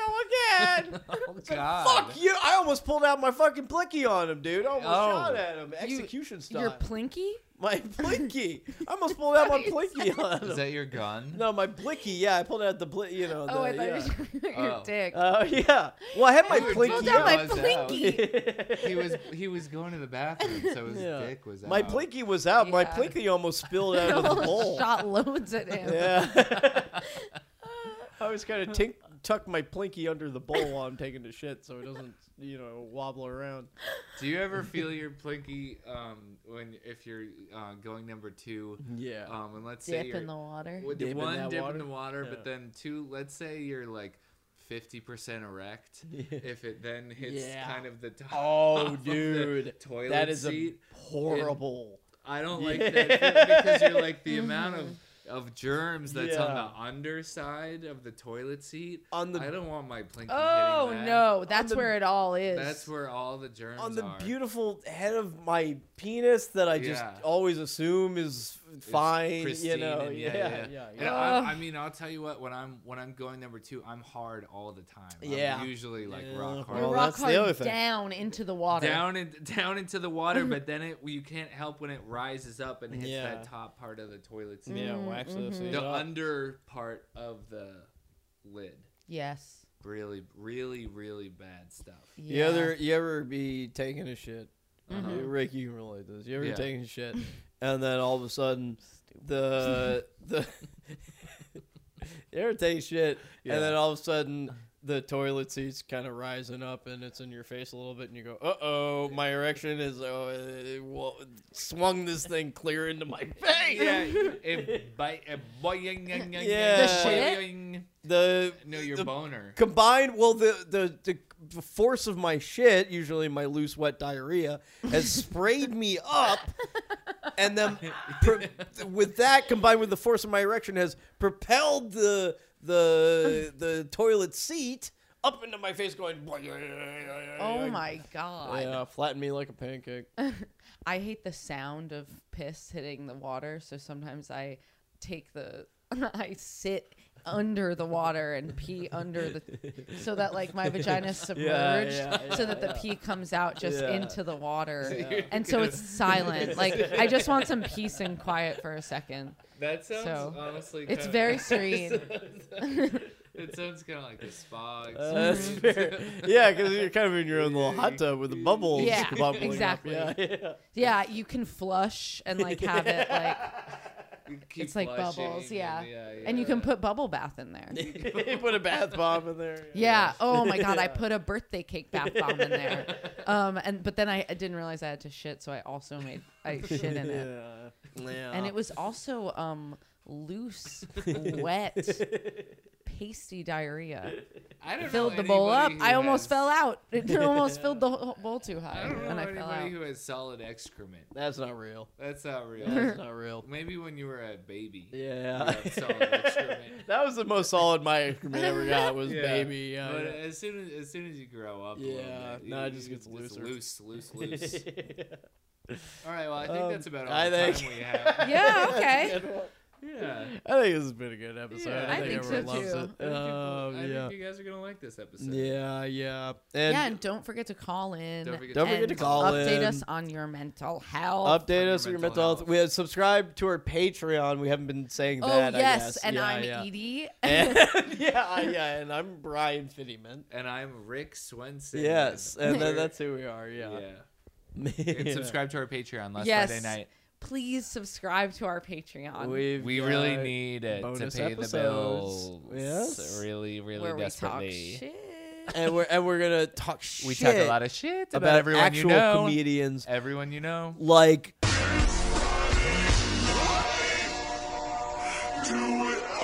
[SPEAKER 4] go again.
[SPEAKER 1] oh
[SPEAKER 4] It's like,
[SPEAKER 1] god.
[SPEAKER 4] Fuck you! I almost pulled out my fucking blicky on him, dude. I almost
[SPEAKER 1] Oh.
[SPEAKER 4] shot at him, execution style.
[SPEAKER 5] Your plinky?
[SPEAKER 4] My blinky. I almost pulled out my blinky on
[SPEAKER 1] Is
[SPEAKER 4] him.
[SPEAKER 1] that your gun?
[SPEAKER 4] No, my blinky. Yeah, I pulled out the blinky. You know. The,
[SPEAKER 5] oh, I
[SPEAKER 4] yeah.
[SPEAKER 5] thought you were your
[SPEAKER 1] Oh.
[SPEAKER 5] dick.
[SPEAKER 4] Oh yeah. Well, I had my
[SPEAKER 1] Dude, you
[SPEAKER 4] blinky.
[SPEAKER 5] pulled out my
[SPEAKER 1] was out.
[SPEAKER 5] blinky.
[SPEAKER 1] He was he was going to the bathroom, so his
[SPEAKER 4] Yeah.
[SPEAKER 1] dick was out.
[SPEAKER 4] My blinky was out. My
[SPEAKER 5] Yeah.
[SPEAKER 4] blinky almost spilled out of the
[SPEAKER 5] Almost
[SPEAKER 4] bowl.
[SPEAKER 5] Shot loads at him.
[SPEAKER 4] Yeah. I was kind of tink- tuck my plinky under the bowl while I'm taking a shit, so it doesn't, you know, wobble around.
[SPEAKER 1] Do you ever feel your plinky um when if you're uh, going number two?
[SPEAKER 4] Yeah.
[SPEAKER 5] Uh,
[SPEAKER 1] Um, and let's say
[SPEAKER 5] Dip
[SPEAKER 1] you're
[SPEAKER 5] in the water.
[SPEAKER 1] with
[SPEAKER 4] Dip in
[SPEAKER 1] one
[SPEAKER 4] that
[SPEAKER 1] dip
[SPEAKER 4] water?
[SPEAKER 1] in the water,
[SPEAKER 4] Yeah.
[SPEAKER 1] but then two. Let's say you're like. 50% erect
[SPEAKER 4] Yeah.
[SPEAKER 1] if it then hits
[SPEAKER 4] Yeah.
[SPEAKER 1] kind of the top
[SPEAKER 4] Oh,
[SPEAKER 1] of the
[SPEAKER 4] dude.
[SPEAKER 1] toilet
[SPEAKER 4] that is
[SPEAKER 1] seat
[SPEAKER 4] a horrible.
[SPEAKER 1] I don't like
[SPEAKER 4] Yeah.
[SPEAKER 1] that feeling because you're like the amount of of germs that's on
[SPEAKER 4] Yeah.
[SPEAKER 1] the underside of the toilet seat.
[SPEAKER 4] On the-
[SPEAKER 1] I don't want my plinky.
[SPEAKER 5] Oh
[SPEAKER 1] hitting that.
[SPEAKER 5] no, that's
[SPEAKER 4] the-
[SPEAKER 5] where it all is.
[SPEAKER 1] That's where all the germs
[SPEAKER 4] on the
[SPEAKER 1] are.
[SPEAKER 4] beautiful head of my penis that I just
[SPEAKER 1] Yeah.
[SPEAKER 4] always assume is
[SPEAKER 1] It's
[SPEAKER 4] fine. you
[SPEAKER 1] pristine
[SPEAKER 4] know,
[SPEAKER 1] and
[SPEAKER 4] yeah, yeah, yeah.
[SPEAKER 1] And I, I mean, I'll tell you what. When I'm when I'm going number two, I'm hard all the time. I'm
[SPEAKER 4] Yeah.
[SPEAKER 1] usually like
[SPEAKER 4] Yeah.
[SPEAKER 1] rock
[SPEAKER 4] You're
[SPEAKER 1] hard.
[SPEAKER 5] you
[SPEAKER 4] Well,
[SPEAKER 5] rock
[SPEAKER 4] that's the other
[SPEAKER 5] hard
[SPEAKER 4] thing.
[SPEAKER 5] down into the water.
[SPEAKER 1] Down in, down into the water, but then it you can't help when it rises up and hits
[SPEAKER 4] Yeah.
[SPEAKER 1] that top part of the toilet seat,
[SPEAKER 4] Yeah, Mm-hmm. wax those things
[SPEAKER 1] the
[SPEAKER 4] up.
[SPEAKER 1] under part of the lid.
[SPEAKER 5] Yes.
[SPEAKER 1] Really, really, really bad stuff.
[SPEAKER 5] Yeah.
[SPEAKER 4] You ever you ever be taking a shit?
[SPEAKER 5] Mm-hmm.
[SPEAKER 1] Uh-huh.
[SPEAKER 4] You- Rick, you can relate to this. You ever
[SPEAKER 1] Yeah.
[SPEAKER 4] taking a shit, and then all of a sudden the the you ever take a shit,
[SPEAKER 1] Yeah.
[SPEAKER 4] and then all of a sudden the toilet seat's kind of rising up, and it's in your face a little bit, and you go, "Uh oh, my erection is oh, it, wa- swung this thing clear into my face."
[SPEAKER 1] yeah, it bite, it boing, yeah.
[SPEAKER 4] The
[SPEAKER 5] shit?
[SPEAKER 4] The
[SPEAKER 1] No, your
[SPEAKER 4] the
[SPEAKER 1] boner.
[SPEAKER 4] combined well the, the the the force of my shit usually my loose wet diarrhea has sprayed me up and then pro- with that combined with the force of my erection has propelled the the the toilet seat up into my face going
[SPEAKER 5] Oh my god.
[SPEAKER 4] yeah flatten me like a pancake
[SPEAKER 5] I hate the sound of piss hitting the water, so sometimes I take the I sit under the water and pee under the so that like my vagina's submerged
[SPEAKER 4] yeah,
[SPEAKER 5] so that the pee comes out just
[SPEAKER 4] Yeah.
[SPEAKER 5] into the water.
[SPEAKER 1] Yeah.
[SPEAKER 5] And so it's silent. Like I just want some peace and quiet for a second.
[SPEAKER 1] That sounds
[SPEAKER 5] so,
[SPEAKER 1] honestly.
[SPEAKER 5] It's
[SPEAKER 1] kinda-
[SPEAKER 5] very serene.
[SPEAKER 1] it sounds kind of like a spa.
[SPEAKER 4] Uh, that's
[SPEAKER 1] experience.
[SPEAKER 4] fair. yeah because you're kind of in your own little hot tub with the bubbles
[SPEAKER 5] Yeah,
[SPEAKER 4] bubbling up.
[SPEAKER 5] exactly.
[SPEAKER 4] yeah, yeah.
[SPEAKER 5] Yeah, you can flush and like have it like
[SPEAKER 1] You keep
[SPEAKER 5] It's like bubbles,
[SPEAKER 1] flushing and-
[SPEAKER 5] yeah.
[SPEAKER 1] yeah.
[SPEAKER 5] and you can
[SPEAKER 1] yeah.
[SPEAKER 5] put bubble bath in there.
[SPEAKER 4] put a bath bomb in there
[SPEAKER 5] Yeah. Oh my god, I put a birthday cake bath bomb in there. Um and but then I, I didn't realize I had to shit, so I also made I shit in it.
[SPEAKER 4] Yeah.
[SPEAKER 5] And it was also um loose, wet, pasty diarrhea.
[SPEAKER 1] I don't know
[SPEAKER 5] Filled the bowl up.
[SPEAKER 1] anybody who
[SPEAKER 5] I almost
[SPEAKER 1] has-
[SPEAKER 5] fell out. It almost filled the whole bowl too high
[SPEAKER 1] I don't know
[SPEAKER 5] and I fell
[SPEAKER 1] anybody
[SPEAKER 5] out.
[SPEAKER 1] who has solid excrement.
[SPEAKER 4] That's not real.
[SPEAKER 1] That's not real.
[SPEAKER 4] That's not real.
[SPEAKER 1] Maybe when you were a baby.
[SPEAKER 4] Yeah.
[SPEAKER 1] Yeah, solid excrement.
[SPEAKER 4] that was the most solid my excrement ever got was
[SPEAKER 1] Yeah.
[SPEAKER 4] baby. Yeah.
[SPEAKER 1] But
[SPEAKER 4] Oh, yeah.
[SPEAKER 1] as soon as as soon as you grow up, a
[SPEAKER 4] Yeah,
[SPEAKER 1] little bit,
[SPEAKER 4] no,
[SPEAKER 1] you-
[SPEAKER 4] it just
[SPEAKER 1] you
[SPEAKER 4] gets looser.
[SPEAKER 1] loose, loose, loose. All right, well, I think
[SPEAKER 4] Um,
[SPEAKER 1] that's about all
[SPEAKER 4] I
[SPEAKER 1] the
[SPEAKER 4] think-
[SPEAKER 1] time we have.
[SPEAKER 5] Yeah, okay.
[SPEAKER 1] yeah.
[SPEAKER 4] I think this has been a good episode.
[SPEAKER 1] Yeah,
[SPEAKER 4] I,
[SPEAKER 1] I
[SPEAKER 4] think,
[SPEAKER 5] think so
[SPEAKER 4] everyone
[SPEAKER 5] too. I
[SPEAKER 4] loves
[SPEAKER 5] think
[SPEAKER 4] it. Um,
[SPEAKER 1] I
[SPEAKER 4] yeah.
[SPEAKER 1] think you guys are gonna like this episode.
[SPEAKER 4] Yeah, yeah. And
[SPEAKER 5] Yeah, and don't forget to call in.
[SPEAKER 1] Don't forget-
[SPEAKER 4] Don't forget
[SPEAKER 5] and
[SPEAKER 4] to call
[SPEAKER 5] update
[SPEAKER 4] in.
[SPEAKER 5] us on your mental health.
[SPEAKER 4] update
[SPEAKER 1] your
[SPEAKER 4] us on your
[SPEAKER 1] mental
[SPEAKER 4] mental health.
[SPEAKER 1] health.
[SPEAKER 4] We have subscribed to our Patreon. We haven't been saying
[SPEAKER 5] oh
[SPEAKER 4] that. I
[SPEAKER 5] yes,
[SPEAKER 4] guess.
[SPEAKER 5] and
[SPEAKER 4] yeah,
[SPEAKER 5] I'm
[SPEAKER 4] yeah.
[SPEAKER 5] Edie.
[SPEAKER 4] And, yeah, yeah, and I'm Brian Fittiman.
[SPEAKER 1] And I'm Rick Swenson.
[SPEAKER 4] Yes, and
[SPEAKER 1] We're-
[SPEAKER 4] then that's who we are.
[SPEAKER 1] yeah.
[SPEAKER 4] Yeah.
[SPEAKER 1] And subscribe to our Patreon last
[SPEAKER 5] Yes.
[SPEAKER 1] Friday night.
[SPEAKER 5] Please subscribe to our Patreon.
[SPEAKER 4] We've
[SPEAKER 1] We
[SPEAKER 4] got-
[SPEAKER 1] really need it to
[SPEAKER 4] bonus
[SPEAKER 1] pay
[SPEAKER 4] episodes.
[SPEAKER 1] the bills.
[SPEAKER 4] Yes.
[SPEAKER 1] Really, really
[SPEAKER 5] where we talk
[SPEAKER 1] desperately.
[SPEAKER 5] shit.
[SPEAKER 4] and we're and we're gonna talk shit.
[SPEAKER 1] We talk a lot of shit about,
[SPEAKER 4] about,
[SPEAKER 1] everyone you
[SPEAKER 4] actual
[SPEAKER 1] know.
[SPEAKER 4] comedians
[SPEAKER 1] Everyone you know.
[SPEAKER 4] like
[SPEAKER 8] do it